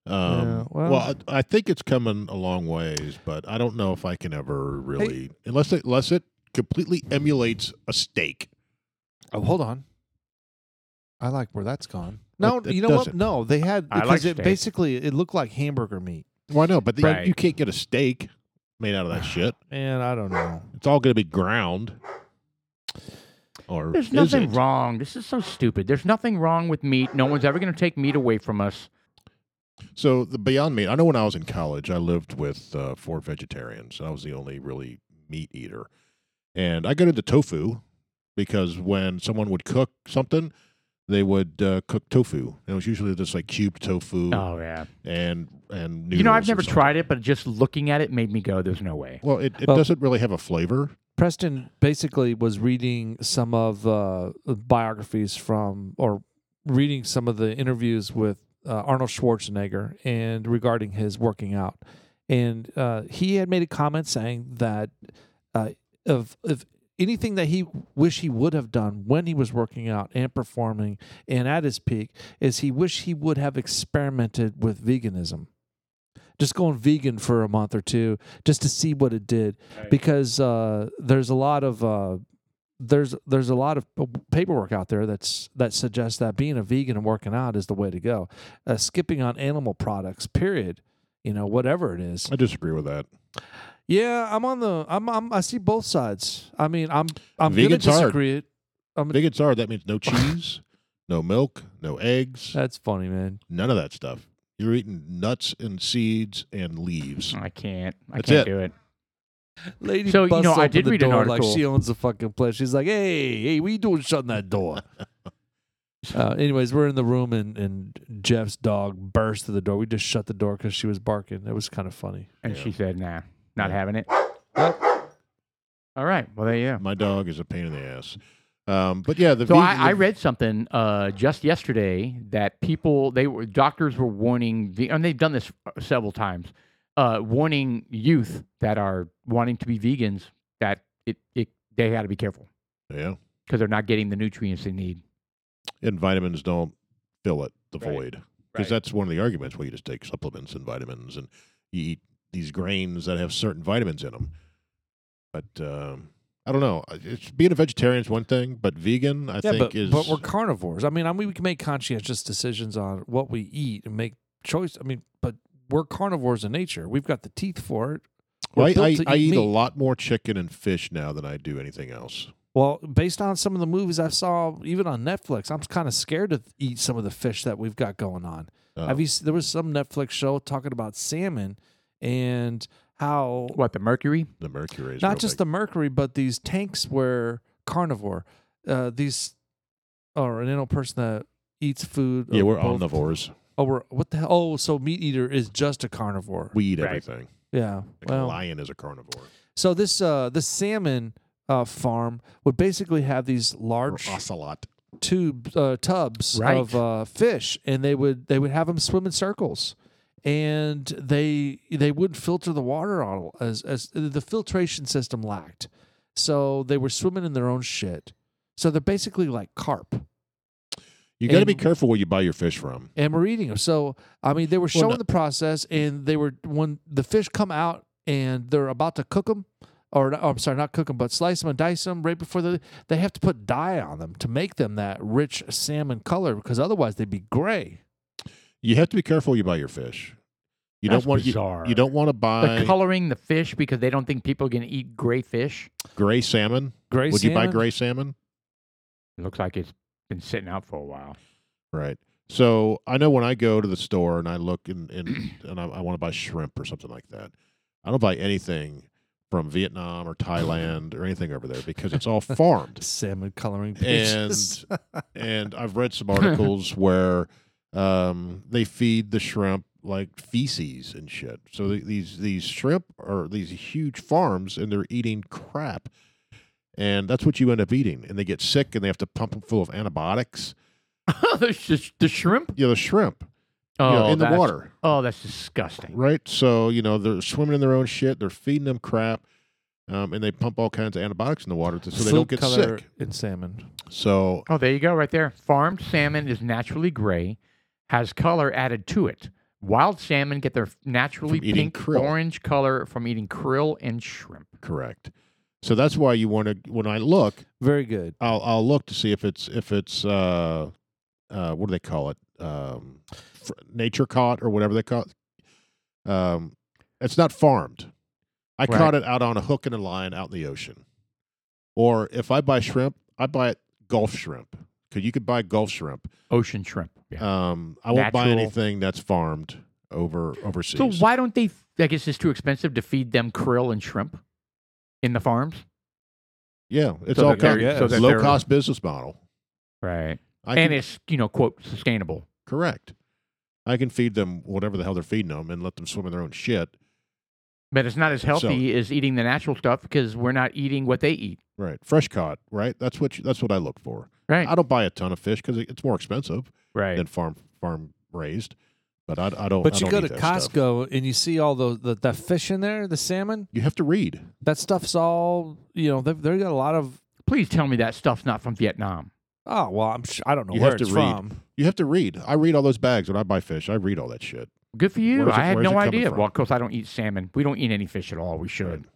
Um, Yeah, well, well- I, I think it's coming a long ways, but I don't know if I can ever really, unless it, unless it completely emulates a steak. Oh, hold on. I like where that's gone. No, It- it you know doesn't. what? No, they had I like because it steak. basically it looked like hamburger meat, Why no? But the- Right. you can't get a steak made out of that shit. and I don't know. It's all going to be ground. Or There's is nothing it? wrong. This is so stupid. There's nothing wrong with meat. No one's ever going to take meat away from us. So the Beyond Meat. I know when I was in college, I lived with uh, four vegetarians. I was the only really meat eater, and I got into tofu because when someone would cook something, they would uh, cook tofu. And it was usually just like cubed tofu Oh yeah. and and noodles You know, I've or never something. tried it, but just looking at it made me go, "There's no way." Well, it, it Well- doesn't really have a flavor. Preston basically was reading some of uh, biographies from, or reading some of the interviews with uh, Arnold Schwarzenegger and regarding his working out. And uh, he had made a comment saying that uh, of of anything that he wish he would have done when he was working out and performing and at his peak is he wish he would have experimented with veganism, just going vegan for a month or two, just to see what it did because uh, there's a lot of uh, there's there's a lot of paperwork out there that's that suggests that being a vegan and working out is the way to go. Uh, skipping on animal products, period. You know, whatever it is. I disagree with that. Yeah, I'm on the I'm, I'm I see both sides. I mean, I'm I'm Vegan's gonna hard. disagree it. I'm, Vegans are that means no cheese, no milk, no eggs, Uh that's funny, man. none of that stuff. You're eating nuts and seeds and leaves. I can't. I That's can't it. do it. Lady So, you busts know, I open did the read an door article. like she owns the fucking place. She's like, "Hey, hey, what you doing shutting that door?" Uh, anyways, we're in the room and, and Jeff's dog burst through the door. We just shut the door because she was barking. It was kind of funny. And Yeah. she said, nah, Yeah. not having it. All right. Well, there you go. My dog is a pain in the ass. Um, but yeah, the So V- I, I the- read something uh, just yesterday that people they were doctors were warning the and they've done this several times, uh, warning youth that are wanting to be vegans that it, it they got to be careful yeah, because they're not getting the nutrients they need. and vitamins don't fill it the Right. void because that's one of the arguments. Well, you just take supplements and vitamins, and you eat these grains that have certain vitamins in them. But um, I don't know. It's being a vegetarian is one thing, but vegan, I think, but, is but we're carnivores. I mean, I mean, we can make conscientious decisions on what we eat and make choice. I mean, but we're carnivores in nature. We've got the teeth for it. We're Well, I, built I, to I eat a meat. lot more chicken and fish now than I do anything else. Well, based on some of the movies I saw, even on Netflix, I'm kind of scared to eat some of the fish that we've got going on. Uh, Have you? s- There was some Netflix show talking about salmon and how What the mercury? the mercury is not just the mercury, but these tanks were carnivore. Uh, these or an animal person that eats food. yeah, of we're both- omnivores. Oh, we're what the hell? Oh, so meat eater is just a carnivore. We eat Right. everything. yeah. Like a Well, lion is a carnivore. so this uh, the salmon uh, farm would basically have these Or large ocelot. tubes uh, tubs Right. of uh, fish, and they would they would have them swim in circles, and they they wouldn't filter the water out as as the filtration system lacked, so they were swimming in their own shit. So they're basically like carp, You got to be And- careful where you buy your fish from. and we're eating them. So I mean, they were showing no- the process, and they were when the fish come out and they're about to cook them. Or, oh, I'm sorry, not cook them, but slice them and dice them right before they they have to put dye on them to make them that rich salmon color because otherwise they'd be gray. You have to be careful where you buy your fish. You That's don't want you, bizarre. you don't want to They're buy coloring the fish because they don't think people are going to eat gray fish. gray salmon. Gray Would you buy salmon? gray salmon? It looks like it's been sitting out for a while. Right. So I know when I go to the store and I look and and, and I, I want to buy shrimp or something like that, I don't buy anything from Vietnam or Thailand or anything over there because it's all farmed. salmon coloring and pages? and I've read some articles where um, they feed the shrimp like feces and shit. So th- these these shrimp are these huge farms, and they're eating crap, and that's what you end up eating. And they get sick, and they have to pump them full of antibiotics. the, sh- the shrimp? You know, the shrimp you Oh, know, in the that's- water, Oh, that's disgusting. right? So you know they're swimming in their own shit. They're feeding them crap. Um, and they pump all kinds of antibiotics in the water to, so they don't Food get color sick. in salmon. So Oh, there you go, right there. Farmed salmon is naturally gray, has color added to it. Wild salmon get their naturally From eating pink, krill. orange color from eating krill and shrimp. correct. So that's why you want to. When I look, Very good. I'll I'll look to see if it's if it's uh uh what do they call it um fr- nature caught or whatever they call it. Um, it's not farmed. I Right. caught it out on a hook and a line out in the ocean. Or if I buy shrimp, I buy it Gulf shrimp because you could buy Gulf shrimp. Ocean shrimp. Yeah. Um, I won't buy Natural. anything that's farmed over overseas. so why don't they? I guess it's too expensive to feed them krill and shrimp in the farms. Yeah, it's So all that they're- yeah, kind so of that low they're- cost business model. Right. I and can- it's you know quote sustainable. correct. I can feed them whatever the hell they're feeding them and let them swim in their own shit. But it's not as healthy as eating the natural stuff because we're not eating what they eat. Right, fresh caught. Right, that's what you, that's what I look for. Right. I don't buy a ton of fish because it's more expensive Right. than farm farm raised. But I, I don't. Oh, I But you don't go eat to that stuff. Costco and you see all those the, that fish in there, the salmon. You have to read. That stuff's all you know. They've, they've got a lot of. Please tell me that stuff's not from Vietnam. Oh well, I'm sh- I don't know You where have to it's read. from. You have to read. I read all those bags when I buy fish. I read all that shit. Good for you. Where's it- I had where's it no coming idea. from? Well, of course, I don't eat salmon. We don't eat any fish at all. We should.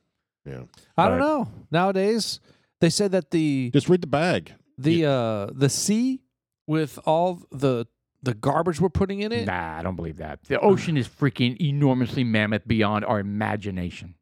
Right. Yeah, I don't Right. know. Nowadays, they said that the just read the bag. the uh the sea with all the the garbage we're putting Eh. in it. Nah, I don't believe that. The ocean is freaking enormously mammoth beyond our imagination.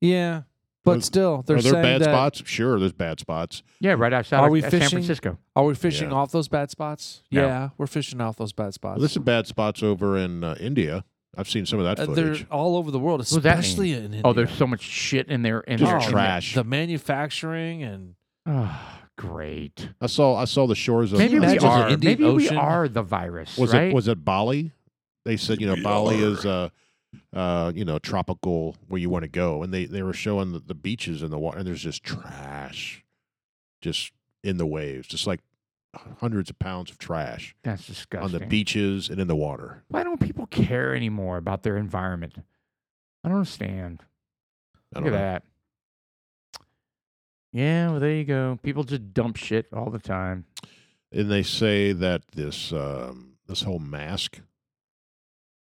Yeah, but Are- still, they're Are there saying bad that spots? Sure, there's bad spots. Yeah, right outside Are of we uh, San fishing? Francisco. are we fishing Yeah. off those bad spots? No. Yeah, we're fishing off those bad spots. There's some bad spots over in uh, India. I've seen some of that Uh, they're footage. all over the world, does that mean? especially Oh, in India. Oh, there's so much shit in there. In Just there. Oh, trash. The manufacturing and Oh, great. I saw I saw the shores of Maybe you we imagine the are. Indian Maybe we Ocean? are the virus, was right? it was it Bali? They said you know We Bali are. is uh uh you know tropical where you want to go, and they they were showing the, the beaches in the water, and there's just trash, just in the waves, just like hundreds of pounds of trash That's disgusting. on the beaches and in the water. Why don't people care anymore about their environment? I don't understand. I Look don't at know. that. Yeah, well, there you go. People just dump shit all the time. And they say that this um this whole mask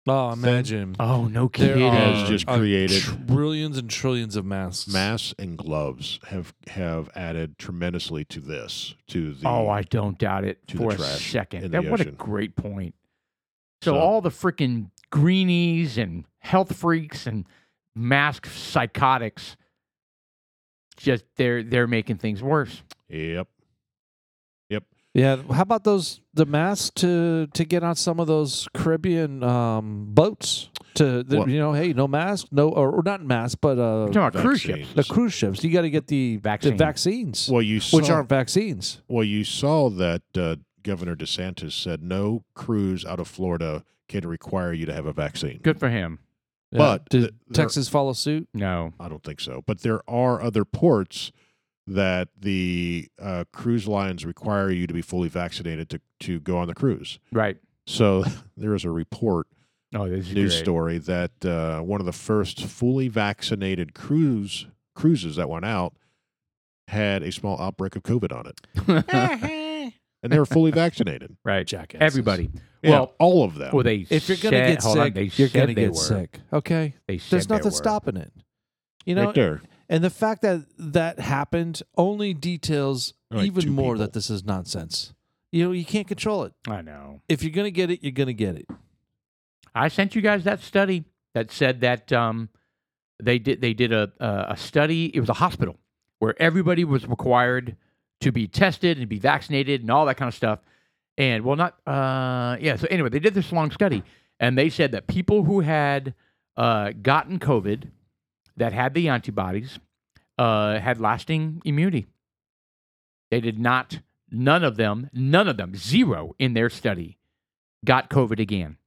Oh, imagine. Oh, no There kidding. has are just a created- trillions and trillions of masks. masks and gloves have have added tremendously to this to the oh, I don't doubt it to the for a trash in second. the That, what a ocean. great point. So, So- all the freaking greenies and health freaks and mask psychotics, just they're they're making things worse. yep Yeah. How about those the masks to to get on some of those Caribbean um, boats? To the, What? you know, hey, no mask, no or, or not mask, but You're uh, talking about cruise ships. vaccines. the cruise ships. You got to get the Vaccine. the vaccines, well you which saw- aren't vaccines. Well, you saw that uh, Governor DeSantis said no cruise out of Florida can require you to have a vaccine. Good for him. Yeah. But did th- there- Texas follow suit? No. I don't think so. But there are other ports that the uh, cruise lines require you to be fully vaccinated to, to go on the cruise. Right. So there is a report, Oh, this is news great. story, that uh, one of the first fully vaccinated cruise cruises that went out had a small outbreak of COVID on it, and they were fully vaccinated. right. Jackasses. Everybody. Yeah, Well- all of them. Well, they If you're gonna said- get hold on, sick, they you're said gonna they get were. sick. Okay. They said There's they nothing were. stopping it. You know, right there. and the fact that that happened only details Like two even more people. that this is nonsense. You know, you can't control it. I know. If you're gonna get it, you're gonna get it. I sent you guys that study that said that um, they did they did a a a study. It was a hospital where everybody was required to be tested and be vaccinated and all that kind of stuff. And well, not uh, yeah. So anyway, they did this long study, and they said that people who had uh, gotten COVID that had the antibodies uh, had lasting immunity. They did not. None of them. None of them. Zero in their study got COVID again.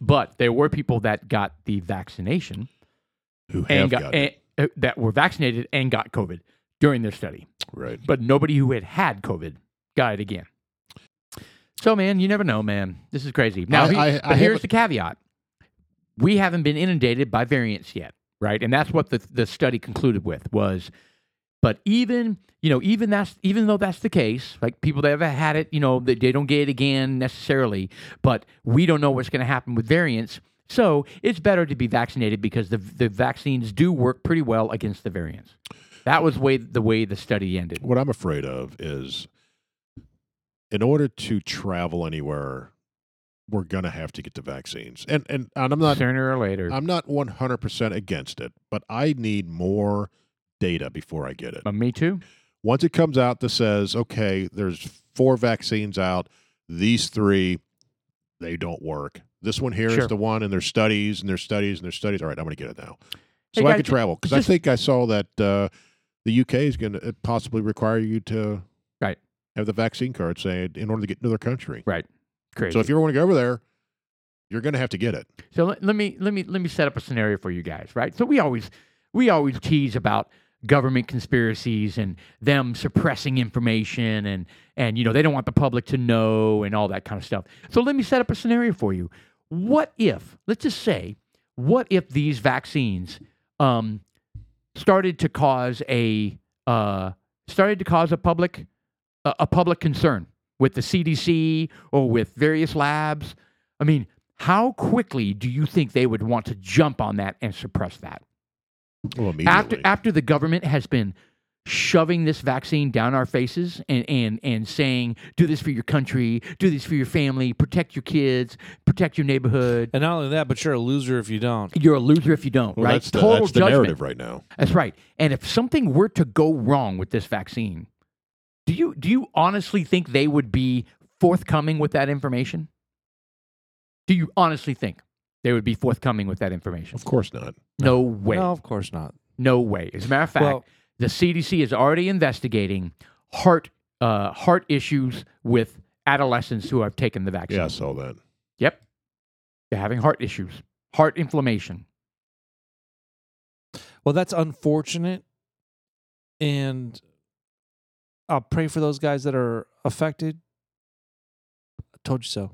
But there were people that got the vaccination who and have got, got, it. and, uh, that were vaccinated and got COVID during their study. Right. But nobody who had had COVID got it again. So, man, you never know, man. This is crazy. Now, I- he- I- I but here's haven't- the caveat: we haven't been inundated by variants yet, right? And that's what the the study concluded with was. But even you know, even that's even though that's the case, like people that have had it, you know, they, they don't get it again necessarily. But we don't know what's going to happen with variants, so it's better to be vaccinated because the the vaccines do work pretty well against the variants. That was way the way the study ended. What I'm afraid of is in order to travel anywhere, we're gonna have to get the vaccines. And and, and I'm not sooner or later. I'm not one hundred percent against it, but I need more data before I get it. But me too. Once it comes out that says, okay, there's four vaccines out, these three, they don't work. This one here is Sure. the one, and there's studies and there's studies and there's studies. All right, I'm gonna get it now. so Hey, I guys, could travel because just- I think I saw that uh, the UK is going to possibly require you to Right. have the vaccine card saying in order to get into their country. Crazy. So if you want to go over there, you're going to have to get it. So let, let me let me let me set up a scenario for you guys, right? So we always we always tease about government conspiracies and them suppressing information and and you know they don't want the public to know and all that kind of stuff. So let me set up a scenario for you. What if let's just say what if these vaccines um, started to cause a uh, started to cause a public a, a public concern with the CDC or with various labs? I mean, how quickly do you think they would want to jump on that and suppress that? Well, immediately. After after the government has been shoving this vaccine down our faces and, and and saying, do this for your country, do this for your family, protect your kids, protect your neighborhood. And not only that, but you're a loser if you don't. You're a loser if you don't, well, right? that's the, Total that's the judgment. narrative right now. That's right. And if something were to go wrong with this vaccine, do you do you honestly think they would be forthcoming with that information? Do you honestly think they would be forthcoming with that information? Of course not. No way. No, No, of course not. way. As a matter of fact, Well- the CDC is already investigating heart uh, heart issues with adolescents who have taken the vaccine. Yeah, I saw that. Yep. They're having heart issues, heart inflammation. Well, that's unfortunate. And I'll pray for those guys that are affected. I told you so.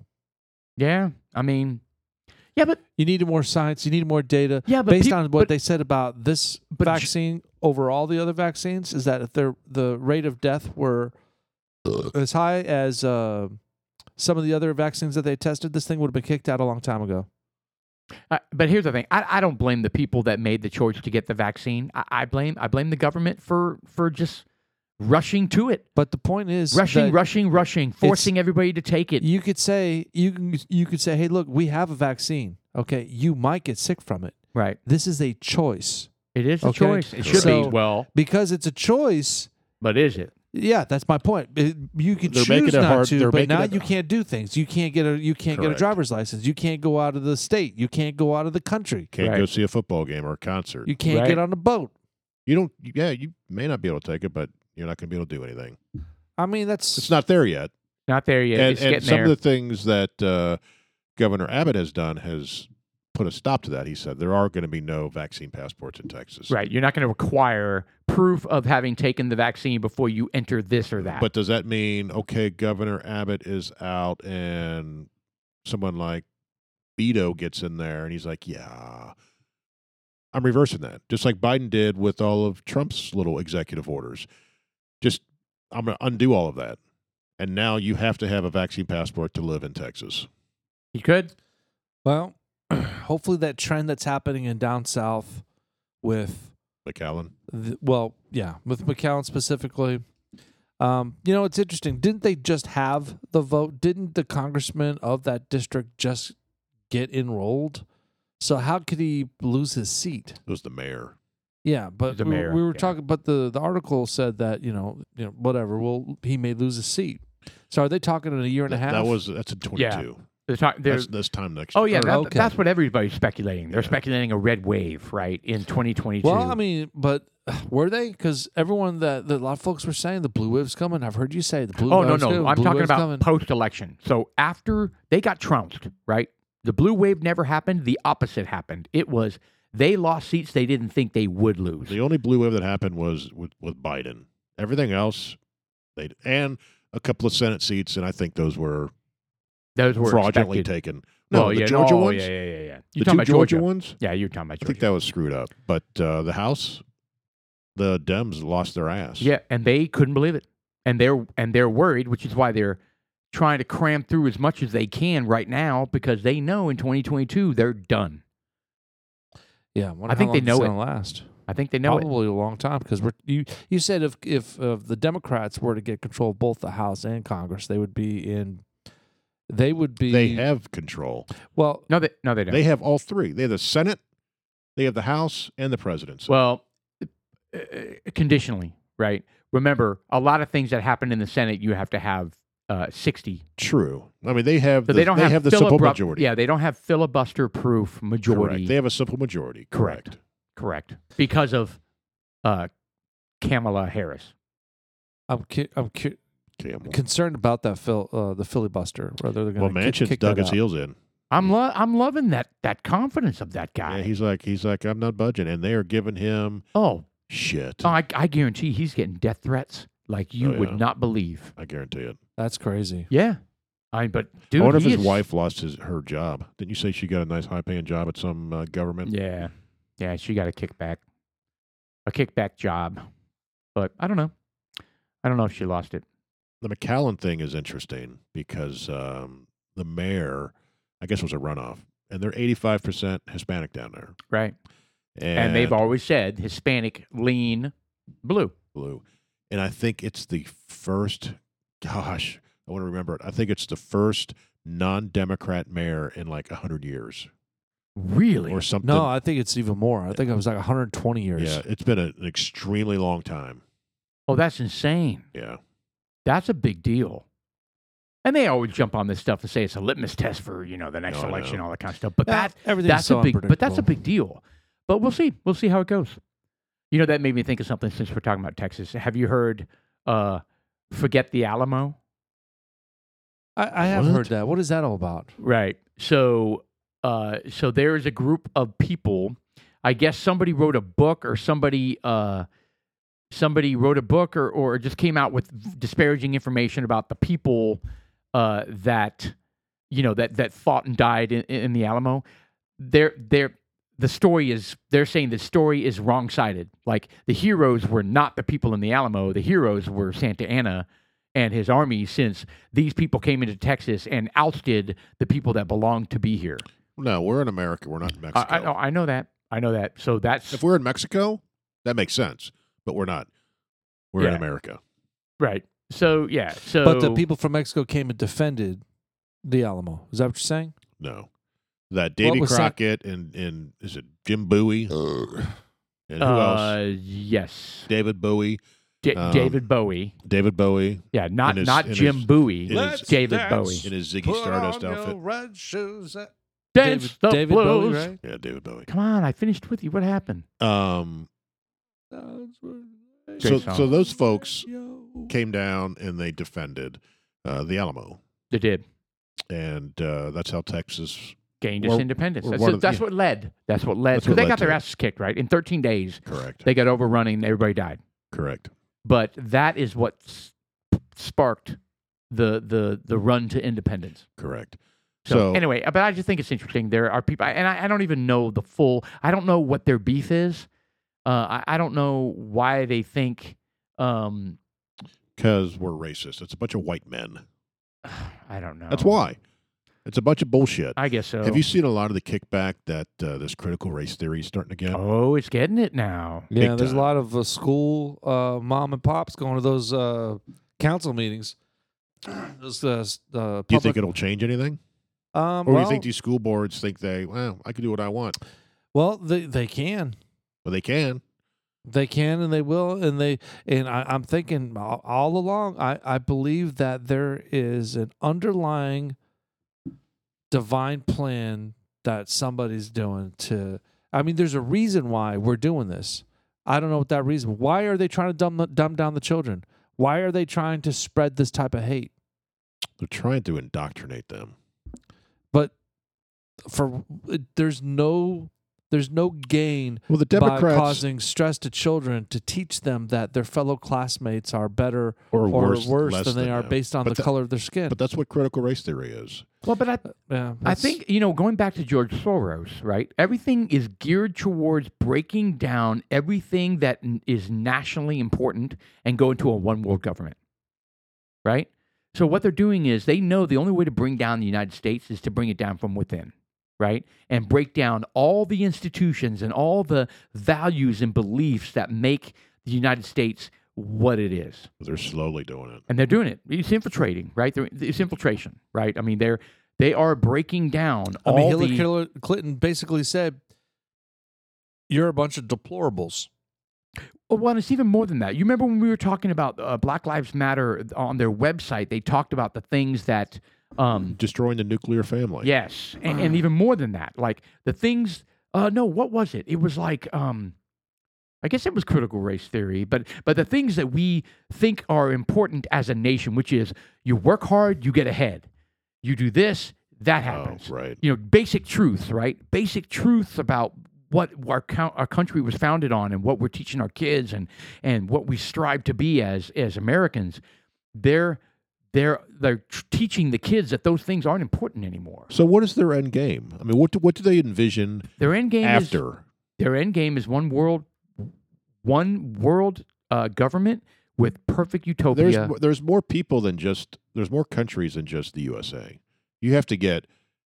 Yeah. I mean, yeah, but You need more science. You need more data. yeah, but Based peop- on what but- they said about this but j- vaccine over all the other vaccines, is that if their the rate of death were as high as uh, some of the other vaccines that they tested, this thing would have been kicked out a long time ago. Uh, but here's the thing: I, I don't blame the people that made the choice to get the vaccine. I, I blame I blame the government for for just rushing to it, But the point is, rushing, that rushing, rushing, forcing everybody to take it. you could say you can you could say, hey, look, we have a vaccine. Okay, you might get sick from it. right? This is a choice It is a Okay. choice. It should So- be well, because it's a choice. but is it? Yeah, that's my point. It- you could They're making choose it not hard- to, they're but making now it- you can't do things. You can't get a you can't get a Correct. driver's license. You can't go out of the state. You can't go out of the country. Can't Right. go see a football game or a concert. You, You can't Right. get on a boat. don't. Yeah, you may not be able to take it, but you're not going to be able to do anything. I mean, that's It's not there yet. Not there yet. and it's and getting some there. of the things that uh, Governor Abbott has done has put a stop to that. He said there are going to be no vaccine passports in Texas. right. You're not going to require proof of having taken the vaccine before you enter this or that. But does that mean okay, Governor Abbott is out and someone like Beto gets in there and he's like, yeah, I'm reversing that, just like Biden did with all of Trump's little executive orders. Just I'm going to undo all of that, and now you have to have a vaccine passport to live in Texas. you could. well. hopefully, that trend that's happening in down south with McAllen, the, well, yeah, with McAllen specifically. Um, you know, it's interesting. Didn't they just have the vote? Didn't the congressman of that district just get enrolled? So how could he lose his seat? it was the mayor. Yeah, but The we, mayor, we were yeah. talking. But the, the article said that you know, you know, whatever. Well, he may lose his seat. So are they talking in a year and a That- half? That was that's in 22. They're talk- they're- That's this time next. oh year. yeah, Or- that, Okay. that's what everybody's speculating. They're Yeah. speculating a red wave, right, in 2022. Well, I mean, but uh, were they? Because everyone that, that a lot of folks were saying the blue wave's coming. I've heard you say the blue. Oh no wave's no! coming, I'm blue talking wave's about coming. post election. So after they got trounced, right? The blue wave never happened. The opposite happened. It was they lost seats they didn't think they would lose. The only blue wave that happened was with, with Biden. Everything else, they and a couple of Senate seats, and I think those were, Those were fraudulently expected. taken. No, oh, the yeah, Georgia oh, ones. Yeah, yeah, yeah, yeah. The two You're talking about Georgia. ones. Yeah, you're talking about I Georgia. think that was screwed up. But uh, the House, the Dems lost their ass. yeah, and they couldn't believe it, and they're and they're worried, which is why they're trying to cram through as much as they can right now because they know in 2022 they're done. Yeah, wonder I think how they long know it's it. gonna Last I think they know it. probably a long time because we're you. You said if if uh, the Democrats were to get control of both the House and Congress, they would be in. They would be. They have control. well. No, they no they don't. They have all three. They have the Senate, they have the House, and the presidency. Well, uh, conditionally, right? Remember, a lot of things that happen in the Senate, you have to have uh, sixty. True. I mean, they have. the, So they don't have, the simple filibru- majority. Yeah, they don't have filibuster proof majority. Correct. They have a simple majority. Correct. Correct. Correct, because of uh, Kamala Harris. I'm cu- I'm cu- Campbell. concerned about that fil- uh, the filibuster. Whether they're going Well, to Manchin's kick dug that his out. heels in. I'm lo- I'm loving that that confidence of that guy. Yeah, he's like, he's like, I'm not budging, and they are giving him oh, shit. oh, I, I guarantee he's getting death threats like you Oh, yeah. would not believe. I guarantee it. That's crazy. Yeah, I but dude, I wonder if he his is- wife lost his her job. Didn't you say she got a nice, high-paying job at some uh, government? Yeah. Yeah, she got a kickback. A kickback job. But I don't know. I don't know if she lost it. The McAllen thing is interesting because um, the mayor, I guess, it was a runoff, and they're 85 percent Hispanic down there, Right. and, And, they've always said Hispanic, lean, blue. blue. And I think it's the first. Gosh, I want to remember it. I think it's the first non-Democrat mayor in like hundred years Really? or something. No, I think it's even more. I think it was like 120 years. yeah, it's been a- an extremely long time. Oh, that's insane. Yeah. That's a big deal. And they always jump on this stuff and say it's a litmus test for, you know, the next No, I election, know. all that kind of stuff. But that everything's that's so a big but that's a unpredictable. big deal. But we'll see. We'll see how it goes. You know, that made me think of something since we're talking about Texas. Have you heard uh Forget the Alamo. I, I have What? heard that. What is that all about? Right. So, uh, so there is a group of people. I guess somebody wrote a book, or somebody, uh, somebody wrote a book, or or just came out with disparaging information about the people uh, that you know that that fought and died in, in the Alamo. They're they're the story is they're saying the story is wrong sided. Like the heroes were not the people in the Alamo. The heroes were Santa Anna and his army since these people came into Texas and ousted the people that belonged to be here. No, we're in America. We're not in Mexico. I, I, know- I know that. I know that. So that's If we're in Mexico, that makes sense, but we're not. We're in Yeah. America. right. So yeah. So But the people from Mexico came and defended the Alamo. Is that what you're saying? No. That Davy was that? Crockett and, and is it Jim Bowie? And who else? uh, Yes. David Bowie. D- um, David Bowie. David Bowie Yeah. Not and his- not and Jim his- Bowie. and his- David Bowie. in his Ziggy Stardust outfit. red shoes. Dance David, the David blues. Bowie, right? Yeah, David Bowie. Come on, I finished with you. What happened? Um, Great so, song. so those folks came down and they defended uh, the Alamo, They did. and uh, that's how Texas. Gained Or- its independence. or That's, one so of- that's yeah. what led. That's what led. That's 'cause what they led got their to it. asses kicked, right? In 13 days, Correct. they got overrunning. Everybody died. Correct. but that is what s- sparked the the the run to independence. Correct. So, So- anyway, uh, but I just think it's interesting. There are people, and I, I don't even know the full. I don't know what their beef is. Uh, I, I don't know why they think. Um, Because we're racist. It's a bunch of white men. I don't know. That's why. It's a bunch of bullshit. Oh. I guess so. Have you seen a lot of the kickback that uh, this critical race theory is starting to get? Oh, it's getting it now. Yeah, Big there's time. a lot of uh, school uh, mom and pops going to those uh, council meetings. Those, uh, s- uh, do you think public- it'll change anything? um, Or do well, you think these school boards think they, well, I can do what I want? well, they they can, Well, they can. they can, and they will, and they and I, I'm thinking all, all along. I I believe that there is an underlying divine plan that somebody's doing to. I mean, there's a reason why we're doing this. I don't know what that reason. Why are they trying to dumb dumb down the children? Why are they trying to spread this type of hate? They're trying to indoctrinate them. but for there's no there's no gain Well, the by Democrats causing stress to children to teach them that their fellow classmates are better or or worse, worse, less than they are them. based on But the tha- color of their skin. But that's what critical race theory is. Well, but I, yeah, I that's- think, you know, going back to George Soros, right? Everything is geared towards breaking down everything that n- is nationally important and go into a one world government, right? So, what they're doing is they know the only way to bring down the United States is to bring it down from within, right? And break down all the institutions and all the values and beliefs that make the United States what it is They're slowly doing it. and they're doing it. It's infiltrating, right? They're, it's infiltration, right? I mean, they're they are breaking down I all mean, Hillary the Killer- Clinton basically said, "You're a bunch of deplorables." Oh, well, it's even more than that. You remember when we were talking about uh, Black Lives Matter on their website? They talked about the things that, um, Destroying the nuclear family. yes, and, and even more than that, like the things. Uh, no, what was it? It was like, um, I guess it was critical race theory, but but the things that we think are important as a nation, which is you work hard, you get ahead, you do this, that Oh, happens. right. you know basic truths right basic truths about what our coun our country was founded on and what we're teaching our kids and and what we strive to be as as Americans they're they're they're tr- teaching the kids that those things aren't important anymore So what is their end game? I mean, what do, what do they envision their end game is after? their end game is one world one world uh, government with perfect utopia There's mo- there's more people than just there's more countries than just the USA. You have to get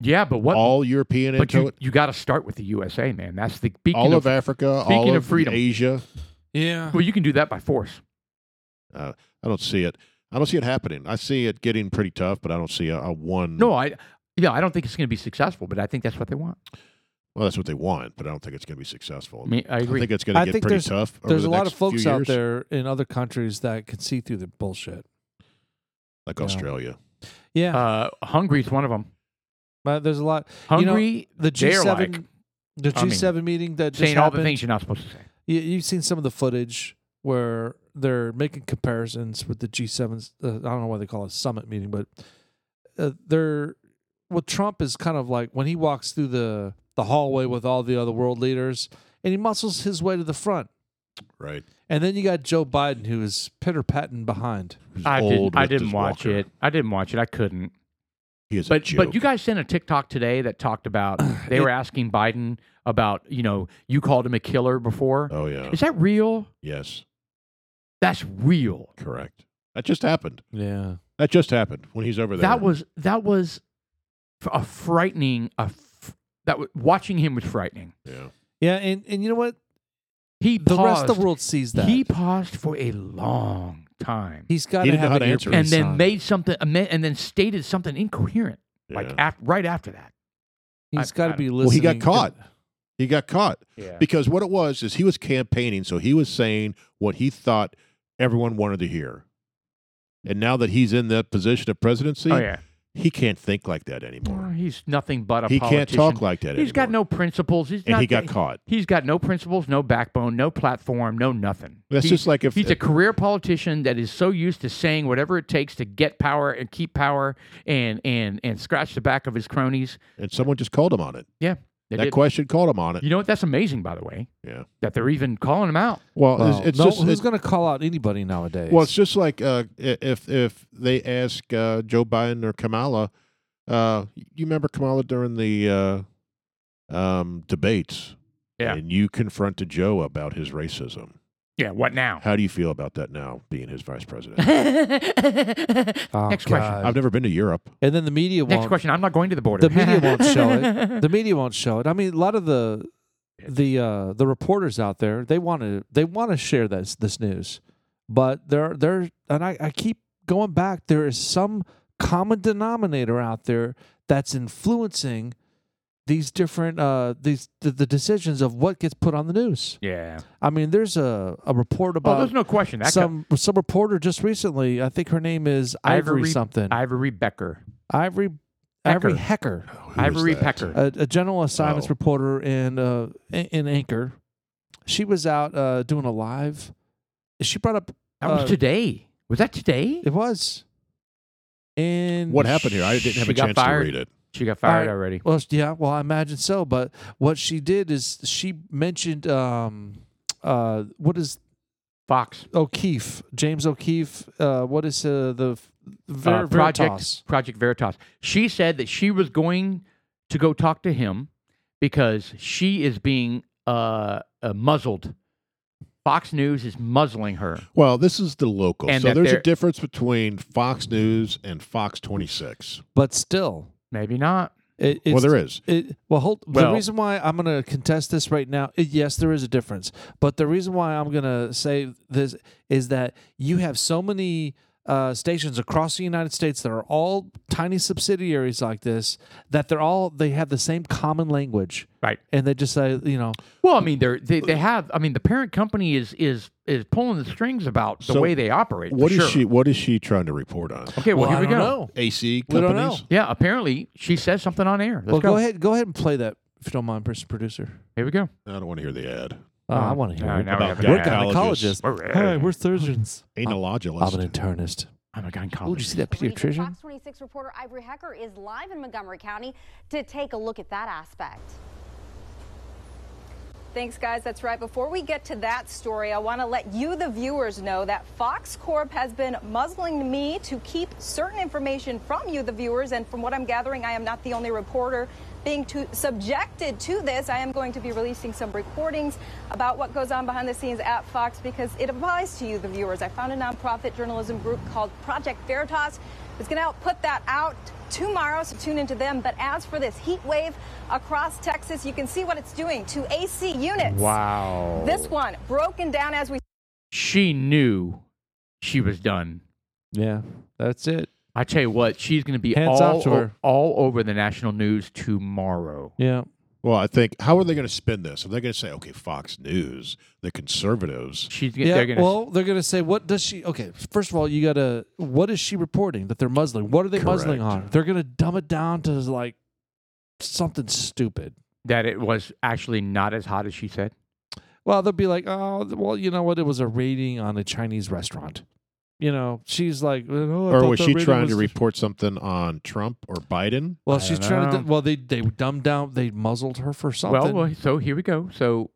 yeah but what all European but into you, it, you got to start with the USA man that's the beacon all of, of, Africa, speaking all of of, freedom. Asia. Yeah, well you can do that by force I don't see it. I don't see it happening. I see it getting pretty tough, but I don't see a, a one. no I yeah I don't think it's going to be successful but I think that's what they want well, that's what they want, but I don't think it's going to be successful. I mean, I agree. think it's going to I get think pretty there's- tough. over there's a the lot next of folks few out years, there in other countries that can see through the bullshit. like Yeah. Australia. Yeah, uh, Hungary's one of them. but there's a lot. You know, Hungary, The they're G7, like- the I mean, G7 meeting that just saying all the happened. things you're not supposed to say. You, you've seen some of the footage where they're making comparisons with the G7. Uh, I don't know why they call it a summit meeting, but uh, they're well. Trump is kind of like when he walks through the the hallway with all the other world leaders, and he muscles his way to the front. right? And then you got Joe Biden, who is pitter patting behind. He's I, did, old I with didn't his watch walker. it. I didn't watch it. I couldn't. He is a But but you joke. guys sent a TikTok today that talked about they It- were asking Biden about you know you called him a killer before. Oh yeah. Is that real? Yes, That's real. correct. That just happened. Yeah. That just happened when he's over there. That was that was f- a frightening. A f- that was, watching him was frightening. yeah. Yeah, and, and you know what? He The rest of paused. the world sees that. He paused for a long time, He's got He to didn't know have how an to answer it. and earpiece then on. made something and then stated something incoherent like yeah. af- right after that. He's I- got to I- be listening. Well, he got caught. He got caught Yeah. because what it was is he was campaigning, so he was saying what he thought everyone wanted to hear. And now that he's in the position of presidency, Oh yeah. he can't think like that Well, anymore. He's nothing but a He can't politician. talk like that He's got anymore. no principles. He's And not he got the- caught. He's got no principles, no backbone, no platform, no nothing. That's He- just like if he's a career politician that is so used to saying whatever it takes to get power and keep power and and and scratch the back of his cronies. and someone just called him on it. They that did- question called him on it. you know what? That's amazing, by the way. Yeah. That they're even calling him out. Well, Well, it's, it's no, just who's it- going to call out anybody nowadays? well, it's just like uh, i- if if they ask uh, Joe Biden or Kamala, uh, you remember Kamala during the uh, um, debates, Yeah. and you confronted Joe about his racism. Yeah. What now? How do you feel about that now, being his vice president? Next Oh, Next question. God. I've never been to Europe. And then the media won't. question. I'm not going to the border. The media won't show it. The media won't show it. I mean, a lot of the the uh, the reporters out there they want to they want to share this this news, but there there and I, I keep going back. There is some common denominator out there that's influencing these different uh, these the, the decisions of what gets put on the news. yeah. I mean, there's a, a report Oh, about there's no question. That Uh, guy- some some reporter just recently. I think her name is Ivory, Ivory- something. Ivory Becker. Ivory Ivory Hecker, Who is Oh, Ivory that? Pecker. a, a general assignments Oh. reporter in uh, in in Anchor. She was out uh, doing a live. She brought up That uh, was today. Was that today? it was. And What happened here? I didn't have She a got chance fired. to read it. She got fired Alright. already. Well, yeah. Well, I imagine so. But what she did is she mentioned um, uh, what is Fox O'Keefe, James O'Keefe. Uh, what is uh, the Ver- uh, project Veritas? Project Veritas. She said that she was going to go talk to him because she is being uh, uh, muzzled. Fox News is muzzling her. Well, this is the local. And so that there's a they're- difference between Fox News and Fox 26. But still, Maybe not. it, it's, well, there is. It, well, hold, the Well- reason why I'm going to contest this right now, i- yes, there is a difference, but the reason why I'm going to say this is that you have so many uh, stations across the United States that are all tiny subsidiaries like this that they're all they have the same common language, Right. And they just say, you know, Well, I mean, they're, they Uh, they have. I mean, the parent company is is is pulling the strings about the So way they operate. for What is sure. she? What is she trying to report on? Okay, "Well, well, here I we don't go. know." AC We companies. don't know. Yeah, apparently she says something on air. Let's well, go. ahead, go ahead and play that if you don't mind, Mr. Producer. Here we go. I don't want to hear the ad. Uh, I want to hear. All right, it. now about we have We're an ad. gynecologists. Hey, we're surgeons. I'm Analogist. I'm an internist. I'm a Oh, did you see gynecologist. that Greetings. pediatrician? Fox 26 reporter Ivory Hecker is live in Montgomery County to take a look at that aspect. Thanks, guys. That's right. Before we get to that story, I want to let you, the viewers, know that Fox Corp has been muzzling me to keep certain information from you, the viewers. And from what I'm gathering, I am not the only reporter being to, subjected to this. I am going to be releasing some recordings about what goes on behind the scenes at Fox because it applies to you, the viewers. I found a nonprofit journalism group called Project Veritas that's going to help put that out tomorrow, so tune into them. But as for this heat wave across Texas, you can see what it's doing to AC units. Wow. This one broken down as we She knew she was done. Yeah, that's it. I tell you what, she's going to be Hands all off to o- her. all over the national news tomorrow. Yeah. Well, I think how are they going to spin this? Are they going to say, okay, Fox News, the conservatives? She's yeah, they're going to well, they're gonna say what does she? Okay, first of all, you gotta what is she reporting that they're muzzling? What are they muzzling Correct. on? They're gonna dumb it down to like something stupid. that it was actually not as hot as she said. Well, they'll be like, oh, well, you know what? It was a rating on a Chinese restaurant. You know, she's like, oh, I or thought was the she rating trying to was- report something on Trump or Biden? Well, I she's don't trying to. know. well, they they dumbed down. They muzzled her for something. Well, well, so here we go. So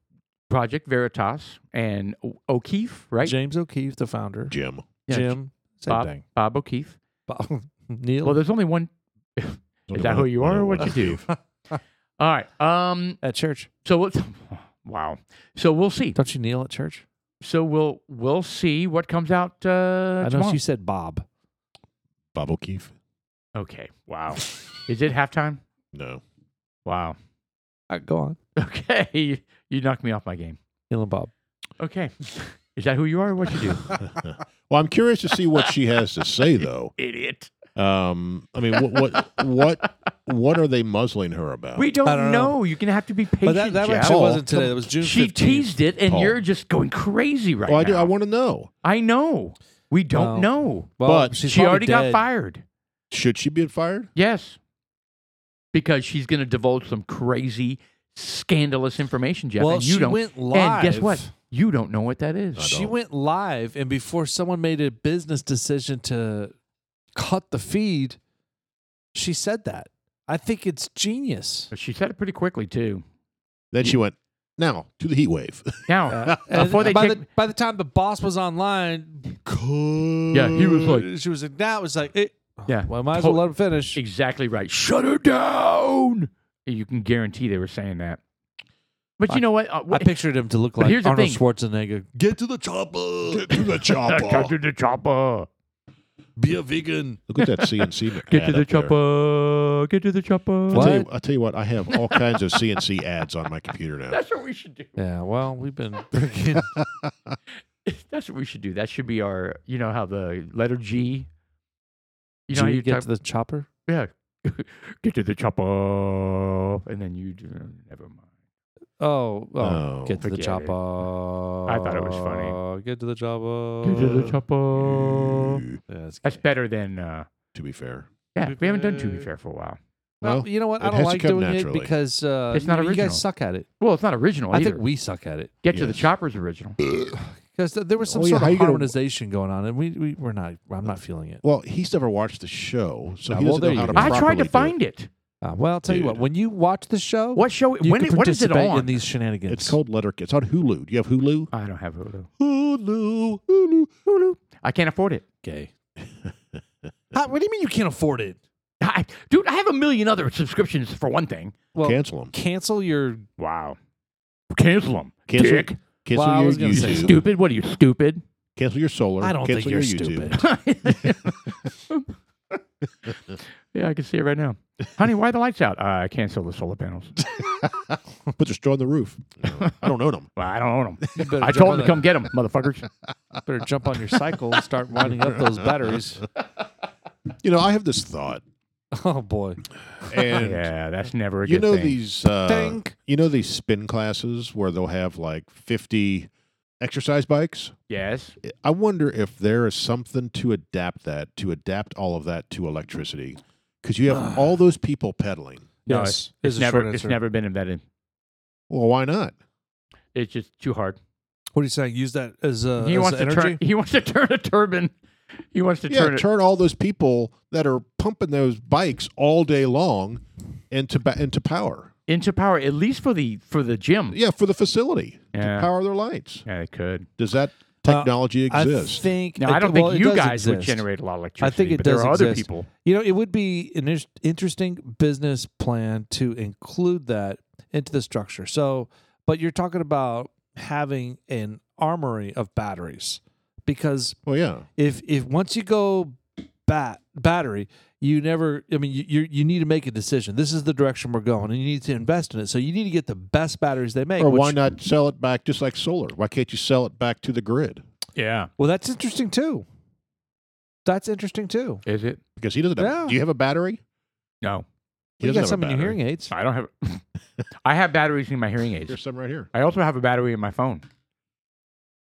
Project Veritas and O- O'Keefe, right? James O'Keefe, the founder. Jim. Yeah, Jim. Same Bob, thing. Bob O'Keefe. Bob, Neil. Well, there's only one. Don't Is that wanna- who you are or don't what wanna- you do? All right. Um. at church. So we'll, wow. So we'll see. Don't you kneel at church? So we'll we'll see what comes out uh, I know tomorrow. you said Bob. Bob O'Keefe? Okay. Wow. Is it halftime? No. Wow. All right, go on. Okay. You, you knocked me off my game. Neil and Bob. Okay. Is that who you are or what you do? Well, I'm curious to see what she has to say, though. Idiot. Um, I mean, what, what, what, what are they muzzling her about? We don't, I don't know. know. You're gonna have to be patient. But that, that Jeff. actually Paul, wasn't today. come- That was June she 15th. teased it, and Paul. you're just going crazy right well, I now. do. I want to know. I know. We don't Well, know. Well, but she's she probably already dead. got fired. Should she be fired? Yes. Because she's going to divulge some crazy, scandalous information, Jeff. Well, and you she don't. went And guess live. what? You don't know what that is. I She don't. went live, and before someone made a business decision to cut the feed, she said that. I think it's genius. She said it pretty quickly too. Then she went now to the heat wave. Now, Uh, And before they by, take, the, by the time the boss was online, yeah, he was like- she was like, now it's like, eh, yeah, well, might as to- well let him finish. exactly right. Shut her down. You can guarantee they were saying that. But you know what? Uh, I what pictured him to look But like here's the Arnold thing. Schwarzenegger. Get to the chopper. Get to the Uh, Get chopper. to the chopper. Be a vegan. Look at that CNC. Get ad to the up there. chopper. Get to the chopper. I'll tell, you, What? I'll tell you what, I have all kinds of CNC ads on my computer now. That's what we should do. Yeah, well, we've been freaking. That's what we should do. That should be our. You know how the letter G. You Did know how you you get type, to the chopper? yeah. get to the chopper, and then you do. Never mind. Oh, oh, Uh, Oh. get to the Forget it. chopper. I thought it was funny. Get to the chopper. Get to the chopper. Yeah, it's That's gay. better than. uh To be fair, Yeah, we haven't done To Be fair. Fair for a while. Well, Well, you know what? it I don't has to like come doing naturally. it because uh, It's not you, you original. guys suck at it. Well, it's not original I either. think we suck at it Get to the Yes. Chopper's original. because th- there was some Well, Oh, yeah, sort how you of gonna- harmonization going on, and we, we we're not. I'm not feeling it. well, he's never watched the show, so Ah, he well, doesn't there know how you to. go. I tried properly to do find it. Uh, well, I'll tell you what. Dude. When you watch the show, What show? you When? can it- What is it participate on? in these It. shenanigans? It's called Letter. It's on Hulu. Do you have Hulu? I don't have Hulu. Hulu, Hulu. Hulu. I can't afford it. gay. How, what do you mean you can't afford it? I, dude, I have a million other subscriptions for one thing. Well, Cancel them. cancel your. Wow. Cancel them. Cancel, Dick. cancel Well, I your was gonna say- YouTube. Stupid. What are you stupid? Cancel your solar. I don't think cancel you're your YouTube. stupid. yeah, I can see it right now. Honey, why are the lights out? Uh, cancel the solar panels. Put the straw on the roof. No, I don't own them. Well, I don't own them. You better I jump told on them to that- come get them, motherfuckers. Better jump on your cycle and start winding up those batteries. You know, I have this thought, Oh boy. and yeah, that's never a you good know thing. these, uh, Dink. you know these spin classes where they'll have like fifty exercise bikes. yes. I wonder if there is something to adapt that to adapt all of that to electricity because you have all those people pedaling. No, yes. It's is a never. short It's answer. never been invented. Well, why not? It's just too hard. What are you saying? Use that as uh, he as wants to energy? turn. He wants to turn a turbine. He wants to yeah, turn it. turn all those people that are pumping those bikes all day long into ba- into power. into power at least for the for the gym. Yeah, for the facility Yeah. to power their lights. Yeah, it could. Does that Uh, technology I exist? think. Now, I don't well, it think you does guys would exist. generate a lot of electricity. I think it but does There are other exist. people. You know, it would be an inter- interesting business plan to include that into the structure. So, but you're talking about having an armory of batteries because well, yeah. if if once you go bat battery you never i mean you, you you need to make a decision this is the direction we're going and you need to invest in it so you need to get the best batteries they make Or why which- not sell it back just like solar? Why can't you sell it back to the grid? Yeah. well that's interesting too that's interesting too Is it? Because he doesn't have. Yeah. Do you have a battery? No, He you doesn't got some have a in your battery. hearing aids I don't have. I have batteries in my hearing There's aids. some right here. I also have a battery in my phone.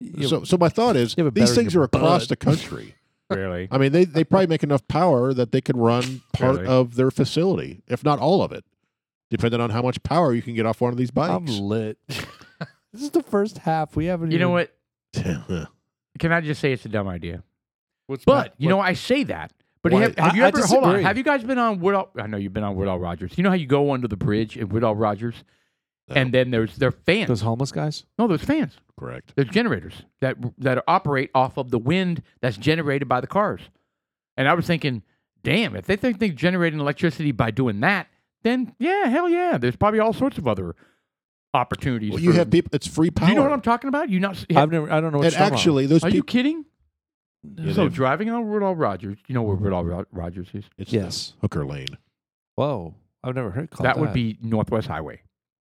You- so, so my thought is You have a these battery in things your are across butt. the country. Really? I mean, they, they probably make enough power that they could run part Really? of their facility, if not all of it, depending on how much power you can get off one of these i'm bikes. lit This is the first half. We haven't. You know even- what? What's Can I just say it's a dumb idea? But you know, I say that. But Why- have, have I- you I ever hold on? disagree. Have you guys been on Woodall? I know you've been on Woodall Rogers. You know how you go under the bridge at Woodall Rogers, and then there's their fans. Those homeless guys. no, there's fans. correct? There's generators that that operate off of the wind that's generated by the cars. And I was thinking, damn, if they think they're generating electricity by doing that, then yeah, hell yeah, there's probably all sorts of other opportunities. Well, you for- have people. It's free Do power. you know what I'm talking about? You not? I've never. I don't know what you're and talking about. actually, those are you people. kidding? Yeah, so they- driving on Woodall Rogers, you know where Woodall Ro- Rogers is? it's Yes. Hooker Lane. Whoa. I've never heard. it Called that would be Northwest Highway,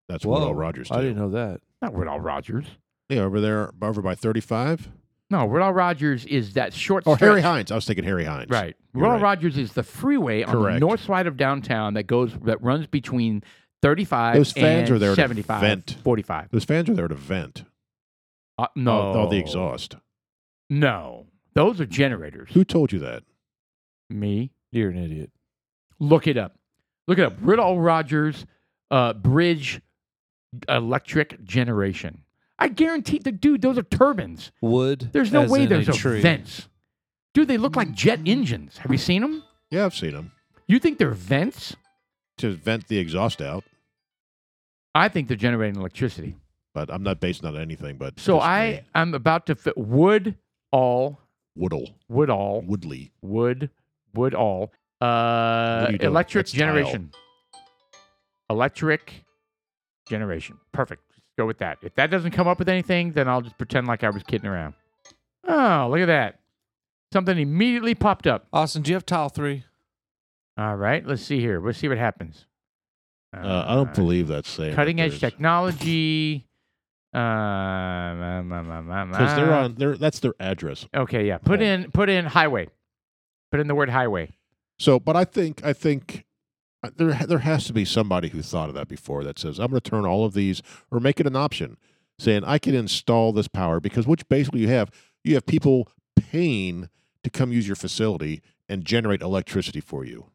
That's Whoa. what all Rogers. I do. didn't know that. not Woodall Rogers. Yeah, over there, over by 35. No, Woodall Rogers is that short. Or Oh, Harry stretch- Hines. I was thinking Harry Hines. Right. You're Royal right. Rogers is the freeway on the Correct. north side of downtown that goes that runs between 35 Those fans and are there to 75, vent. 45. Those fans are there to vent. Uh, no. All, all the exhaust. No. Those are generators. Who told you that? Me. You're an idiot. Look it up. Look it up. Riddle Rogers uh, Bridge Electric Generation. I guarantee the dude, those are turbines. Wood. There's no as way in a those are tree. Mm. vents. Dude, they look like jet engines. Have you seen them? Yeah, I've seen them You think they're vents? to vent the exhaust out, I think they're generating electricity. but I'm not basing on anything. But So just I me. I'm about to fit wood all Woodle wood all Woodley. wood wood all uh What are you doing? electric That's generation electric generation perfect Just go with that if that doesn't come up with anything then I'll just pretend like I was kidding around oh look at that something immediately popped up Austin, do you have tile three? all right let's see here let's see what happens Uh, I don't believe that's saying that cutting edge there's- technology uh, um, um, um, um, because they're um. on. They're, that's their address. Okay, yeah. Put Oh. in put in highway. Put in the word highway. So, but I think I think uh, there there has to be somebody who thought of that before that says I'm going to turn all of these or make it an option, saying I can install this power because which basically you have you have people paying to come use your facility and generate electricity for you.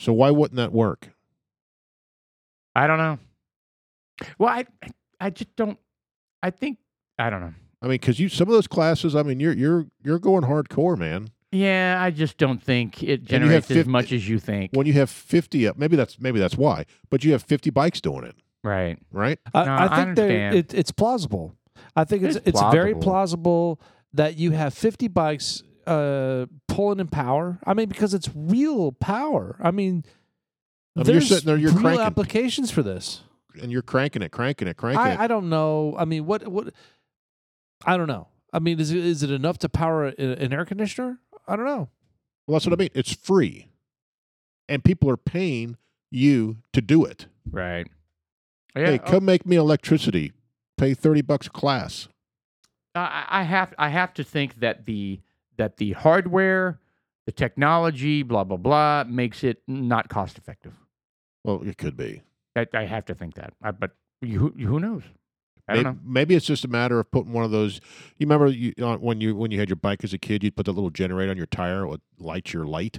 So why wouldn't that work? I don't know. Well, I I just don't I think I don't know. I mean, because you some of those classes, I mean, you're you're you're going hardcore, man. Yeah, I just don't think it And you have generates as 50 much as you think. When you have fifty, up, maybe that's maybe that's why, but you have fifty bikes doing it, right. right? I, No, I I think they're understand. it, it's plausible. I think it's It's it's, very plausible. plausible that you have 50 bikes uh, pulling in power. I mean, because it's real power. I mean, I mean, you're there's sitting there, you're real cranking. applications for this. And you're cranking it, cranking it, cranking it. I, I don't know. I mean, what what? I don't know. I mean, is it, is it enough to power a- an air conditioner? I don't know. Well, that's what I mean. It's free, and people are paying you to do it. Right. Yeah. hey, oh, come make me electricity. Pay thirty bucks a class. I, I have I have to think that the that the hardware, the technology, blah blah blah makes it not cost effective. Well, it could be. I, I have to think that. I, but you, who knows? I May- don't maybe, know. it's just a matter of putting one of those. You remember you, uh, when you when you had your bike as a kid, you'd put the little generator on your tire, it would light your light.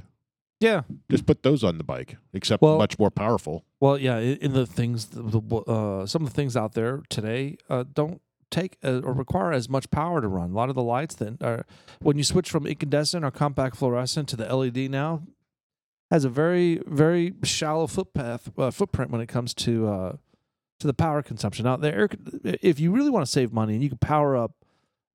Yeah. Just put those on the bike, except Well- much more powerful. Well, yeah. i- In the things, the- the, uh, some of the things out there today uh, don't take uh, or require as much power to run. A lot of the lights that are when you switch from incandescent or compact fluorescent to the LED now has a very very shallow footpath uh, footprint when it comes to uh, to the power consumption. Now, the air, if you really want to save money and you can power up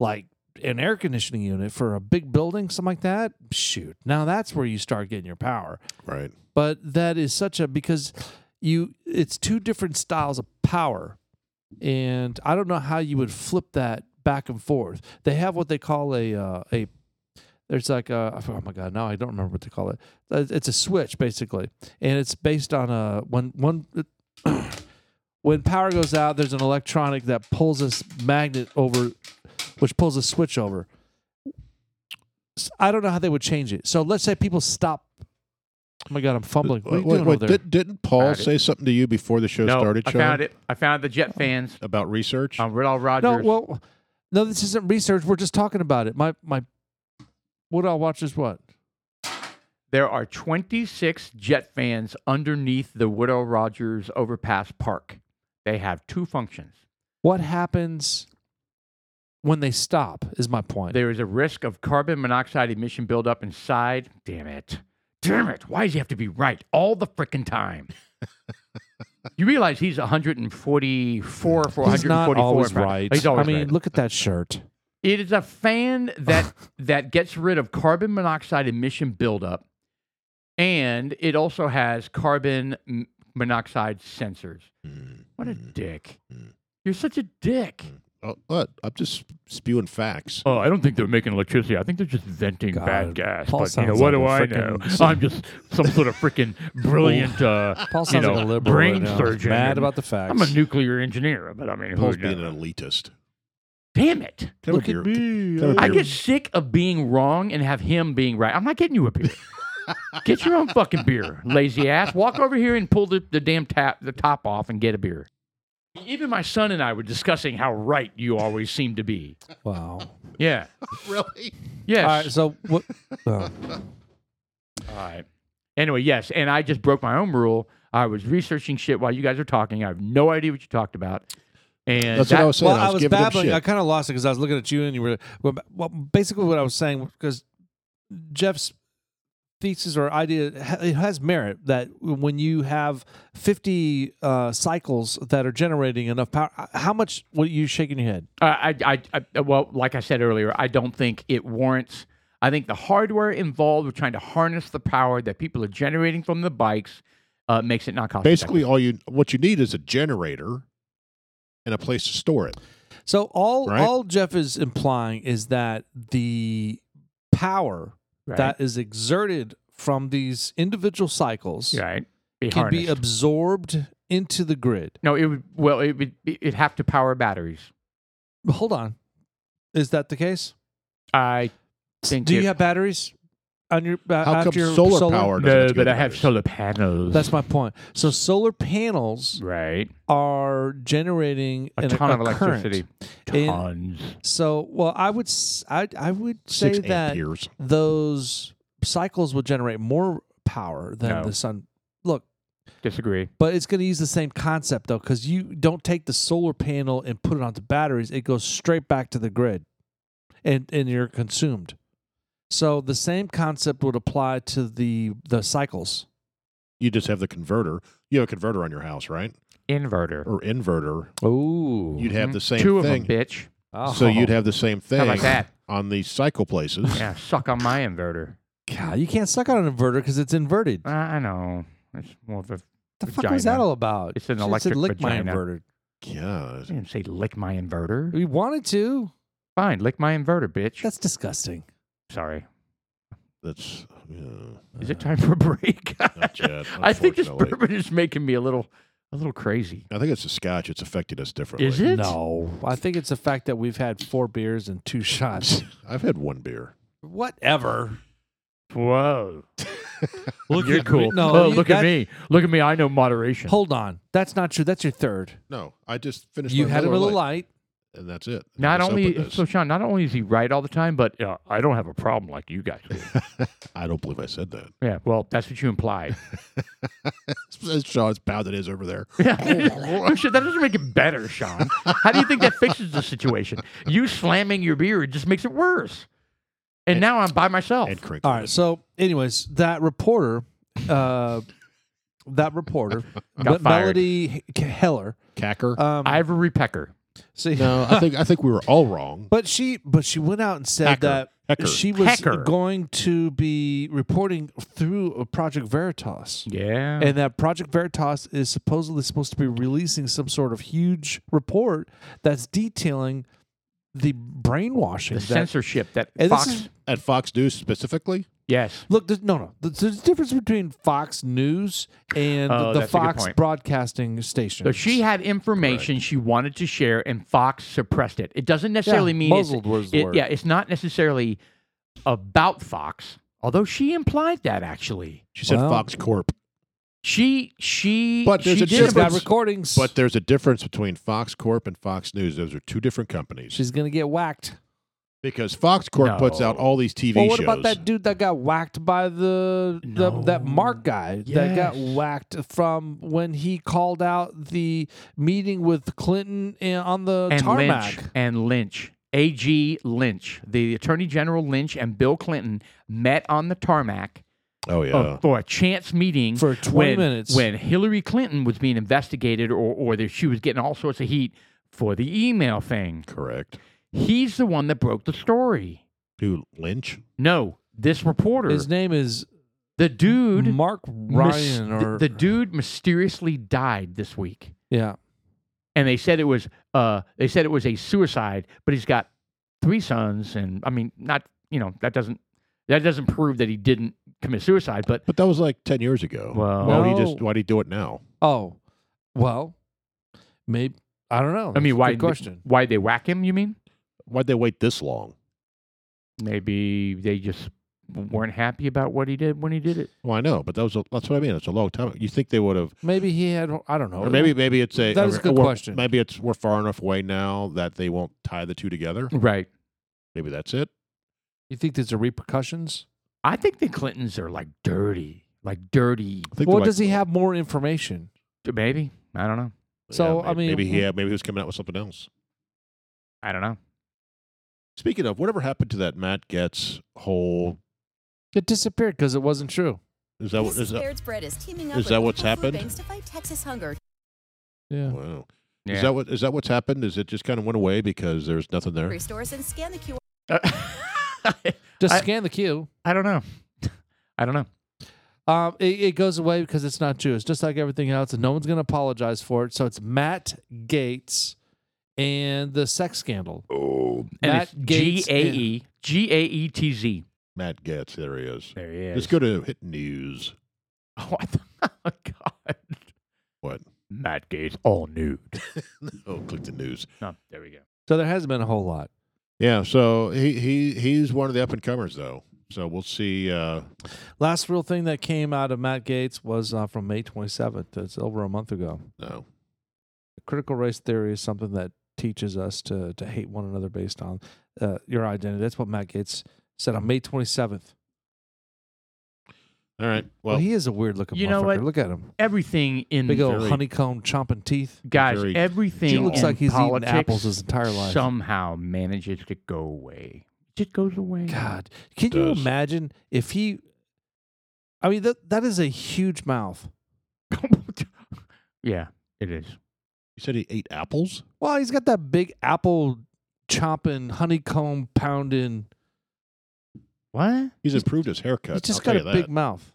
like an air conditioning unit for a big building, something like that, shoot. Now that's where you start getting your power Right. but that is such a because you it's two different styles of power and i don't know how you would flip that back and forth they have what they call a uh, a there's like a oh my god now i don't remember what they call it Uh, it's a switch basically and it's based on a when one when power goes out there's an electronic that pulls this magnet over which pulls a switch over S- i don't know how they would change it so let's say people stop oh my god i'm fumbling what are you Wait, doing wait, over there did, didn't Paul Found it. say something to you before the show no, started? I Sean, found it. Um, I found the Jet fans about research. on Riddle No, Rogers. well, no, this isn't research. We're just talking about it. My my, what I'll watch is what. there are 26 Jet fans underneath the Widow Rogers overpass park. They have two functions. What happens when they stop? Is my point. There is a risk of carbon monoxide emission buildup inside. Damn it. Damn it. Why does he have to be right all the freaking time? you realize he's 144 for He's 144. not always in fact. right. He's always I mean, right. look at that shirt. It is a fan that that gets rid of carbon monoxide emission buildup, and it also has carbon m- monoxide sensors. Mm-hmm. What a dick! You're such a dick. Oh, what? I'm just spewing facts. Oh, I don't think they're making electricity. I think they're just venting God, bad gas. Paul But you know, sounds what like do a I know? frickin' I'm just some sort of freaking brilliant, uh, Paul you sounds know, like a liberal right brain now. surgeon. Mad and about the facts. I'm a nuclear engineer, but I mean, who Paul's being knows? an elitist. damn it! Can I have a beer? Can I have a I beer? get sick of being wrong and have him being right. I'm not getting you a beer. get your own fucking beer, lazy ass. Walk over here and pull the, the damn tap the top off and get a beer. Even my son and I were discussing how right you always seem to be. wow. Yeah. really? Yes. All right. So what? oh. All right. Anyway, yes, and I just broke my own rule. I was researching shit while you guys are talking. I have no idea what you talked about. And That's that- what I was saying. Well, I was, giving them babbling. shit. I kind of lost it because I was looking at you, and you were well, ba- well. Basically, what I was saying because Jeff's thesis or idea ha- it has merit that when you have 50 uh, cycles that are generating enough power, how much? What you shaking your head? Uh, I, I, I, I, well, like I said earlier, I don't think it warrants. I think the hardware involved with trying to harness the power that people are generating from the bikes uh, makes it not cost. Basically, all you what you need is a generator and a place to store it. So all Right. all Jeff is implying is that the power Right. that is exerted from these individual cycles effective, right? Be can be harnessed. absorbed into the grid. no, it would. Well, it would. It'd have to power batteries. Hold on, is that the case? I think. Do it- you have batteries on your uh, How after come your solar, power? doesn't No, have to go but to I have batteries? solar panels. That's my point. So solar panels right. are generating A an- ton of a current. electricity. And- Tons. So, well, I would s- I I would say six that amperes. those cycles would generate more power than No. the sun. Look, Disagree. but it's going to use the same concept though, because you don't take the solar panel and put it onto batteries; it goes straight back to the grid, and and you're consumed. So the same concept would apply to the the cycles. You just have the converter. You have a converter on your house, right? Inverter. Mm-hmm. Or inverter. Oh, You'd have the same Two thing. of them, bitch. So you'd have the same thing Oh. about that? on these cycle places. Yeah, suck on my inverter. God, you can't suck on an inverter because it's inverted. I- I know. It's more of a. the fuck was that Ah, vagina. all about? It's an Should've electric said, lick vagina." my inverter. Yeah. I didn't say lick my inverter. We wanted to. Fine, lick my inverter, bitch. That's disgusting. Sorry. That's yeah. Is it time for a break? Not yet, I think this unfortunately. bourbon is making me a little, a little crazy. I think it's the scotch. It's affected us differently. Is it? No, I think it's the fact that we've had four beers and two shots. I've had one beer. Whatever. Whoa. look You're at me. cool. No, oh, you- look that- at me. Look at me. I know moderation. Hold on. That's not true. That's your third. No, I just finished. you my had a Miller little Lite, light. and that's it. not That's open only this. so, Sean. Not only is he right all the time, but uh, I don't have a problem like you guys. do. I don't believe I said that. yeah. Well, that's what you implied. Sean's pounding his over there. Yeah. Shit, that doesn't make it better, Sean. How do you think that fixes the situation? You slamming your beer it just makes it worse. And, now I'm by myself. And crinkling. All right. So, anyways, that reporter, uh, that reporter, Me- Got fired. Melody H- Heller. Cacker. Um, Ivory Pecker. see, Uh, no, I think I think we were all wrong. But she, but she went out and said Hacker. that Hacker. she was Hacker. going to be reporting through Project Veritas, Yeah. and that Project Veritas is supposedly supposed to be releasing some sort of huge report that's detailing the brainwashing. the that- censorship that And this Fox. is- At Fox News specifically, yes. Look, there's, no, no. There's, there's a difference between Fox News and Oh, the that's a good Fox point. broadcasting station. So she had information she wanted to share, and Fox suppressed it. It doesn't necessarily mean it's- muzzled was the it- word. yeah, it's not necessarily about Fox, although she implied that actually. she said Well. Fox Corp. She she But there's she a did has got difference. imply- recordings, But there's a difference between Fox Corp and Fox News. Those are two different companies. she's gonna get whacked. because Fox Corp puts out No. all these TV Well, what shows. about that dude that got whacked by the, the No. that Mark guy that got Yes. whacked from when he called out the meeting with Clinton in, on the and tarmac? Lynch and Lynch, A.G. Lynch, the Attorney General Lynch and Bill Clinton met on the tarmac Oh yeah. of- for a chance meeting For 20 when, minutes. when Hillary Clinton was being investigated or or that she was getting all sorts of heat for the email thing. Correct. He's the one that broke the story. Who Lynch? No, this reporter, His name is the dude, Mark mys- Ryan, th- or the dude mysteriously died this week. yeah, and they said it was uh they said it was a suicide but he's got three sons and i mean not you know that doesn't that doesn't prove that he didn't commit suicide but But that was like ten years ago. Well- why would he just No. why would he do it now? Oh, well, maybe I don't know. i That's a mean why good question? why they whack him you mean Why'd they wait this long? maybe they just weren't happy about what he did when he did it Well, I know, but that was a, that's what I mean. It's a long time. You think they would have? Maybe he had. I don't know. Or maybe maybe it's a Oh. That is a good we're- question. Maybe it's we're far enough away now that they won't tie the two together. right Maybe that's it. you think there's a repercussions? i think the clintons are like dirty like dirty I think Well, they're does like- he have more information? maybe i don't know so, may- I mean- maybe he had, maybe he was coming out with something else. i don't know Speaking of, whatever happened to that Matt Getz whole? It disappeared because it wasn't true. Is that what is that? Scared Spread is teaming up is with that what's local food happened? banks to fight Texas hunger. Yeah. Wow. Yeah. Is that what is that what's happened? Is it just kind of went away because there's nothing there? Grocery stores and scan the QR. Just I- scan the queue. i don't know i don't know Um, it, it goes away because it's not true. It's just like everything else, and no one's going to apologize for it. So it's Matt Gates and the sex scandal. Oh, and Matt it's G Gaetz A E G A E T Z. Matt Getz, there he is. There he Let's go to hit news. Oh, I thought- oh, God. What? Matt Gates all nude. oh, click the news. No, there we go. So there hasn't been a whole lot. Yeah, so he he he's one of the up and comers though. So we'll see. Uh, Last real thing that came out of Matt Gates was uh, from May 27th. It's over a month ago. no, critical race theory is something that teaches us to to hate one another based on uh, your identity. That's what Matt Gates said on May 27th. Well, all right. Well, he is a weird looking you motherfucker. know what? Mm, Look at him. Everything in Big old Very- honeycomb chomping teeth. guys, very- everything He looks in like he's eaten politics apples his entire life. somehow manages to go away. It just goes away. God, can you Mm. Does. imagine if he? I mean, that that is a huge mouth. yeah, it is. you said he ate apples. Well, he's got that big apple chomping, honeycomb pounding. What? He's improved his haircut. He's just I'll got a tell you big mouth.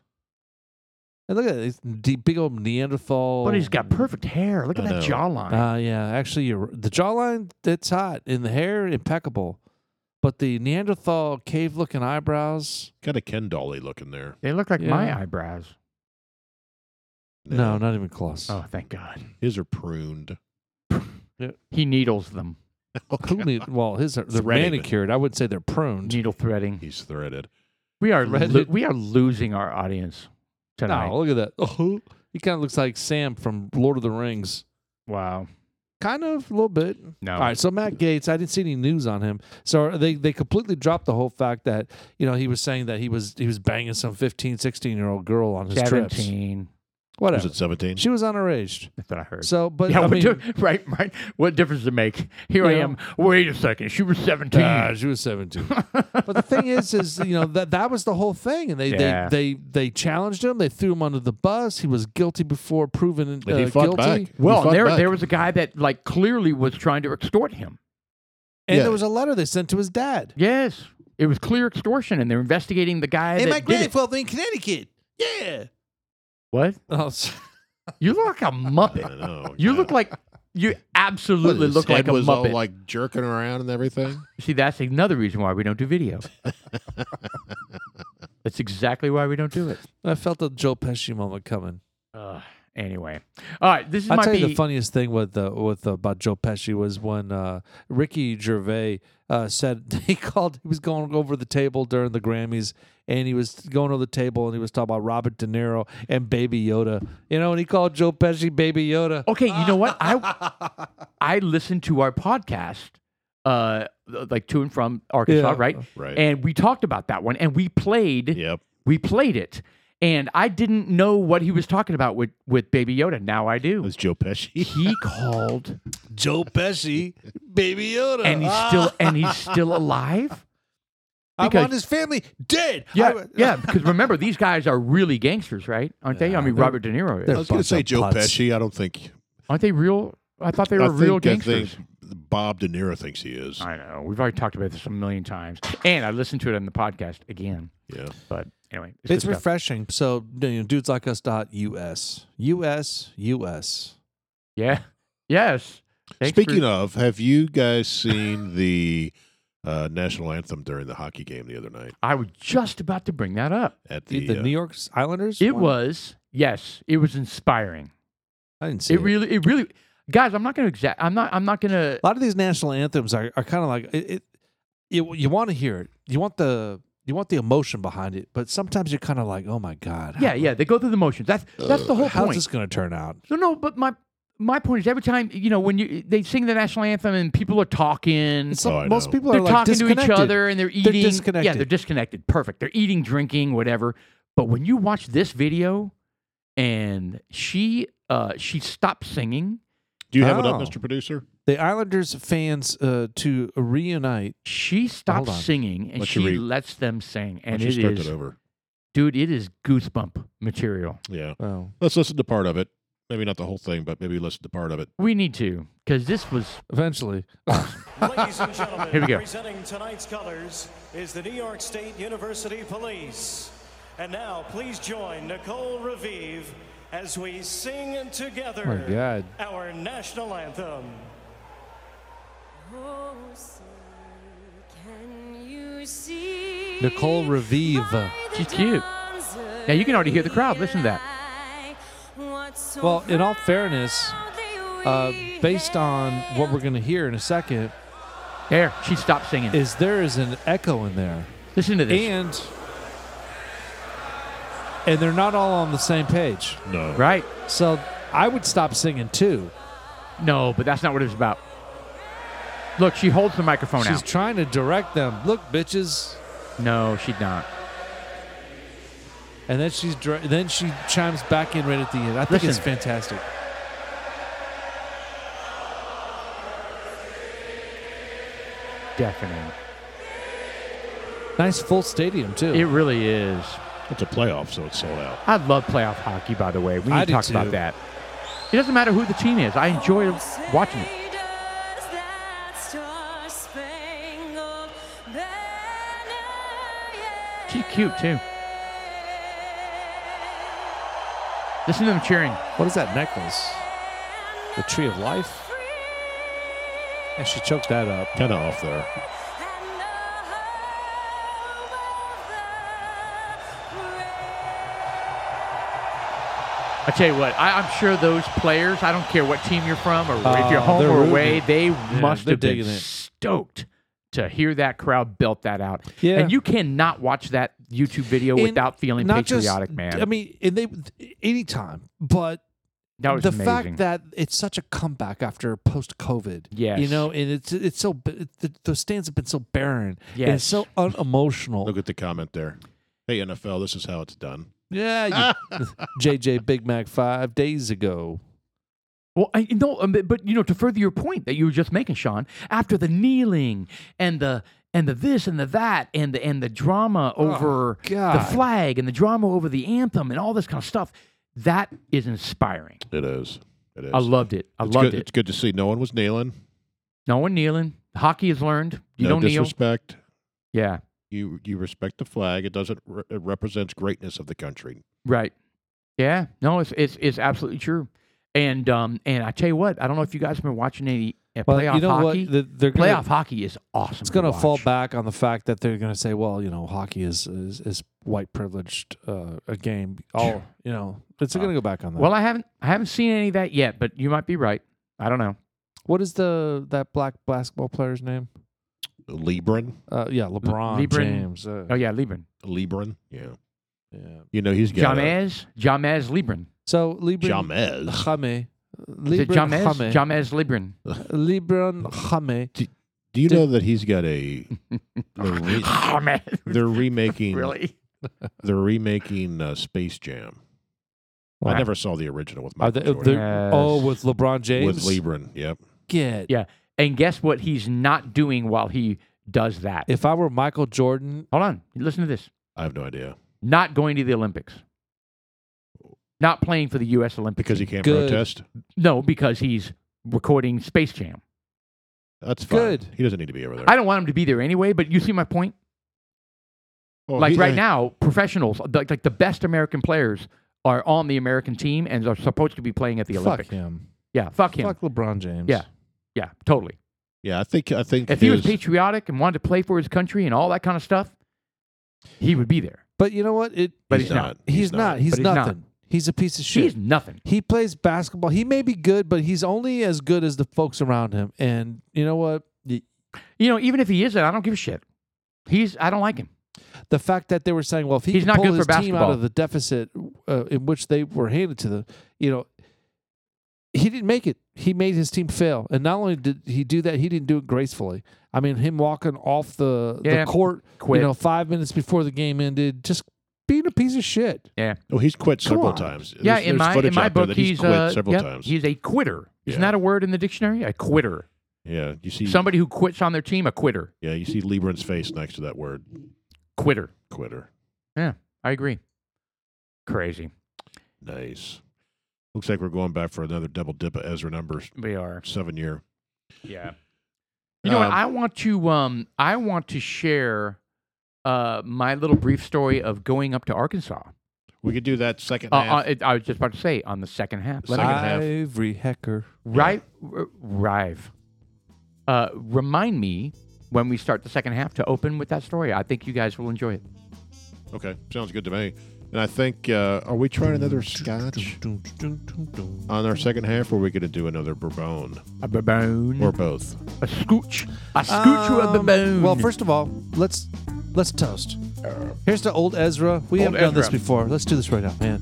And look at it, it's big old Neanderthal. But he's got perfect hair. Look at I that know. jawline. Uh, yeah, actually, you're, the jawline that's hot, and the hair impeccable, but the Neanderthal cave-looking eyebrows. Kind of Ken Dolly looking there. they look like my yeah. eyebrows. No, not even close. Oh, thank God. his are pruned. He needles them. Who need- well, his are, they're Threading. manicured. I wouldn't say they're pruned. Needle threading. He's threaded. We are Reddit. lo- we are losing our audience tonight. No, look at that. Oh, he kind of looks like Sam from Lord of the Rings. Oh. Wow. Kind of, a little bit. No. All right, so Matt Gates, I didn't see any news on him. So they, they completely dropped the whole fact that, you know, he was saying that he was he was banging some 15, 16-year-old girl on his trips. 17. Whatever. Was it seventeen? She was underage. That's what I heard. So, but yeah, I what mean, do- right, right. What difference does it make? Here I You know? am. Wait a second. She was 17. Ah, she was 17. but the thing is, is you know that that was the whole thing, and they Yeah. they, they they challenged him. They threw him under the bus. He was guilty before proven uh, But he fought guilty. back. He well, fought there back. there was a guy that like clearly was trying to extort him. And Yeah. there was a letter they sent to his dad. Yes. It was clear extortion and they're investigating the guy that did it. in Connecticut. Yeah. What? Oh, s- You look like a I muppet. know. you yeah. look like you What, absolutely his look like head a was all muppet. like jerking around and everything. See, that's another reason why we don't do video. that's exactly why we don't do it. I felt the Joe Pesci moment coming. Ugh, anyway, all right. This I'll might tell be you the funniest thing with uh, with uh, about Joe Pesci was when uh, Ricky Gervais uh, said he called. He was going over the table during the Grammys, and he was going over the table, and he was talking about Robert De Niro and Baby Yoda. You know, and he called Joe Pesci Baby Yoda. Okay, you know what? I I listened to our podcast uh, like to and from Arkansas, Yeah. right? Right. And we talked about that one, and we played. Yep. We played it, and I didn't know what he was talking about with with Baby Yoda. Now I It do. was Joe Pesci. He called, Joe Pesci, Baby Yoda, and he's still and he's still alive. I because- want his family dead. I Yeah, wa- yeah. Because remember, these guys are really gangsters, right? Aren't they? I mean, they're- Robert De Niro. they're- I was going bunch to say of Joe putts. Pesci. I don't think. Aren't they real? I thought they were I real think, I gangsters. think Bob De Niro thinks he is. I know. We've already talked about this a million times, and I listened to it on the podcast again. Yeah. But anyway, it's, It's good stuff. refreshing. So, you know, dudes like us. Dot us us us. Yeah. Yes. Thanks Speaking for- of, have you guys seen the uh, national anthem during the hockey game the other night I was just about to bring that up. at The, the, the uh, New York Islanders. It won? was yes, it was inspiring. I didn't see It it. really, it really, guys. I'm not gonna exact. I'm not. I'm not gonna. a lot of these national anthems are, are kind of like it, it, you- you want to hear it. You want the you want the emotion behind it, but sometimes you're kind of like, oh my god. Yeah, yeah. They go through the motions. That's that's the whole How's point. this going to turn out? No, no. But my my point is, every time you know when you they sing the national anthem and people are talking, Some- Oh, I most know. people they're are like talking to each disconnected. other and they're eating. Yeah, they're disconnected. disconnected. Perfect. They're eating, drinking, whatever. But when you watch this video, and she uh she stopped singing. Do you have it up, Oh. Mr. Producer? The Islanders fans uh, to reunite. She Hold stops on. singing and Let you she read. lets them sing, Why and don't it you start is, that over? dude, it is goosebump material. Yeah. Oh. Well, Let's listen to part of it. Maybe not the whole thing, but maybe listen to part of it. We need to, because this was eventually, Ladies and gentlemen, Here we go. presenting tonight's colors is the New York State University Police. And now, please join Nicole Revive as we sing together Oh, my God. our national anthem. Oh, say, can you see? Nicole Revive. She's cute. Now you can already hear the crowd. Listen to that. Well, in all fairness, uh, based on what we're going to hear in a second, There, she stopped singing. is there is an echo in there, Listen to this. and and they're not all on the same page. No. right? So I would stop singing too. No, but that's not what it was about. Look, she holds the microphone She's out. trying to direct them. Look, bitches. no, she'd not. And then she's dir- then she chimes back in right at the end. I think Listen. it's fantastic. Deafening. Nice full stadium too. It really is. It's a playoff, so it's sold out. I love playoff hockey, by the way. We need I to do talk too. about that. It doesn't matter who the team is. I enjoy watching it. She's cute, too. Listen to them cheering. what is that necklace? The tree of life. And she choked that up. Kind of off there. I tell you what, I, I'm sure those players, I don't care what team you're from or if you're Oh, home they're or away, rooting. they must they're have been digging it. stoked to hear that crowd belt that out. Yeah. And you cannot watch that YouTube video And without feeling not just- patriotic, man. I mean, and they anytime, but that was the amazing. fact that it's such a comeback after post COVID. Yes. You know, and it's it's so b- it, the, the stands have been so barren. And Yes. it's so unemotional. Look at the comment there. Hey, NFL, this is how it's done. Yeah. You, JJ Big Mac five days ago. Well, I no, um, but- but you know, to further your point that you were just making, Sean, after the kneeling and the and the this and the that and the and the drama over the Oh, God. flag and the drama over the anthem and all this kind of stuff, that is inspiring. It is. It is. I loved it. I it's loved good, it. It's good to see. No one was kneeling. No one kneeling. Hockey has learned you no don't disrespect. kneel. Yeah, You you respect the flag. It doesn't. Re- it represents greatness of the country. right. Yeah, no, it's it's it's absolutely true. And um and I tell you what, I don't know if you guys have been watching any uh, Well, playoff you know hockey. what? The, they're gonna- playoff hockey is awesome. It's going to fall watch. back on the fact that they're going to say, well, you know, hockey is is, is white privileged uh, a game. All you know, it's going to go back on that. Well, I haven't I haven't seen any of that yet, but you might be right. I don't know. what is the that black basketball player's name? Lebron. Uh, yeah, LeBron Lebron- James. Uh, Oh yeah, Liebman. Lebron. Yeah. yeah. You know he's got a- Jamez, Jamez Liebman. So Lebron Jamez. James. Jame. Is it Lebron Jamez? Jame. Jamez Liebman. Lebron Jame. Do you know that he's got a? They're, re- Oh man, they're remaking. really? They're remaking uh, Space Jam. Wow. I never saw the original with Are Michael they, uh, Jordan. they're- oh, Yes. with LeBron James. with Lebron. Yep. Get. Yeah. And guess what? He's not doing while he does that. If I were Michael Jordan, Hold on, listen to this. I have no idea Not going to the Olympics. Not playing for the U.S. Olympics. because he can't Good. protest. no, because he's recording Space Jam. That's fine. Good. He doesn't need to be over there. I don't want him to be there anyway. But you see my point. Oh, Well, like he- right uh, now, professionals, like, like the best American players, are on the American team and are supposed to be playing at the fuck Olympics. him. Yeah, fuck him. Fuck LeBron James. Yeah. Yeah, totally. Yeah, I think I think If he was his- patriotic and wanted to play for his country and all that kind of stuff, he would be there. But you know what? It. But he's, he's not. not. He's, not. He's But he's not. nothing. He's a piece of shit. He's nothing. he plays basketball. He may be good, but he's only as good as the folks around him. And you know what? The, You know, even if he isn't, I don't give a shit. He's I don't like him. the fact that they were saying, well, if he He's can not pull good his for team out basketball. of the deficit uh, in which they were handed to them, you know, he didn't make it. He made his team fail. And not only did he do that, he didn't do it gracefully. I mean, him walking off the, Yeah, the court, quit. you know, five minutes before the game ended, just being a piece of shit. Yeah. Oh, he's quit Come several on. times. yeah, There's- in there's my footage in my out there book that he's, he's quit uh, several yep, times. He's a quitter. Isn't Yeah. that a word in the dictionary? A quitter. yeah, you see Somebody who quits on their team, a quitter. Yeah, you see Lebron's face next to that word Quitter. quitter. Yeah, I agree. Crazy. Nice. Looks like we're going back for another double dip of Ezra numbers We are. seven year. Yeah. You know what? Um, I want to um I want to share uh my little brief story of going up to Arkansas. We could do that second Uh, half. uh, it- I was just about to say on the second half. Let me- Second half. Ivory Hecker. Rive, r- Rive. Uh, remind me when we start the second half to open with that story. I think you guys will enjoy it. okay, sounds good to me. And I think uh, are we trying another scotch on our second half, or are we going to do another bourbon A baboon. or both? a scooch. A scooch or a Um, baboon. Well, first of all, let's let's toast. Here's to old Ezra. We Old haven't done this Ezra. before. Let's do this right now, man.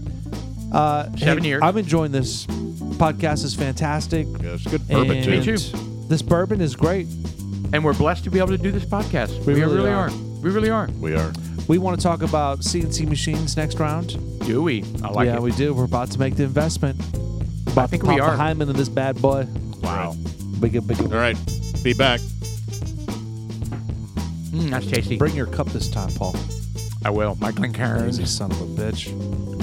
Uh, Seven hey, years. I'm enjoying this. Podcast is fantastic. Yeah, it's good bourbon and too. Me too. This bourbon is great. and we're blessed to be able to do this podcast. We really are. are. We really are. We are. We want to talk about CNC machines next round. Do we? I like yeah, it. we do. We're about to make the investment. About think to we pop the are. hymen in this bad boy. Wow. Bigga, bigga. All right, be back. Mm, that's tasty. Bring your cup this time, Paul. I will. My Glencairn. Crazy son of a bitch.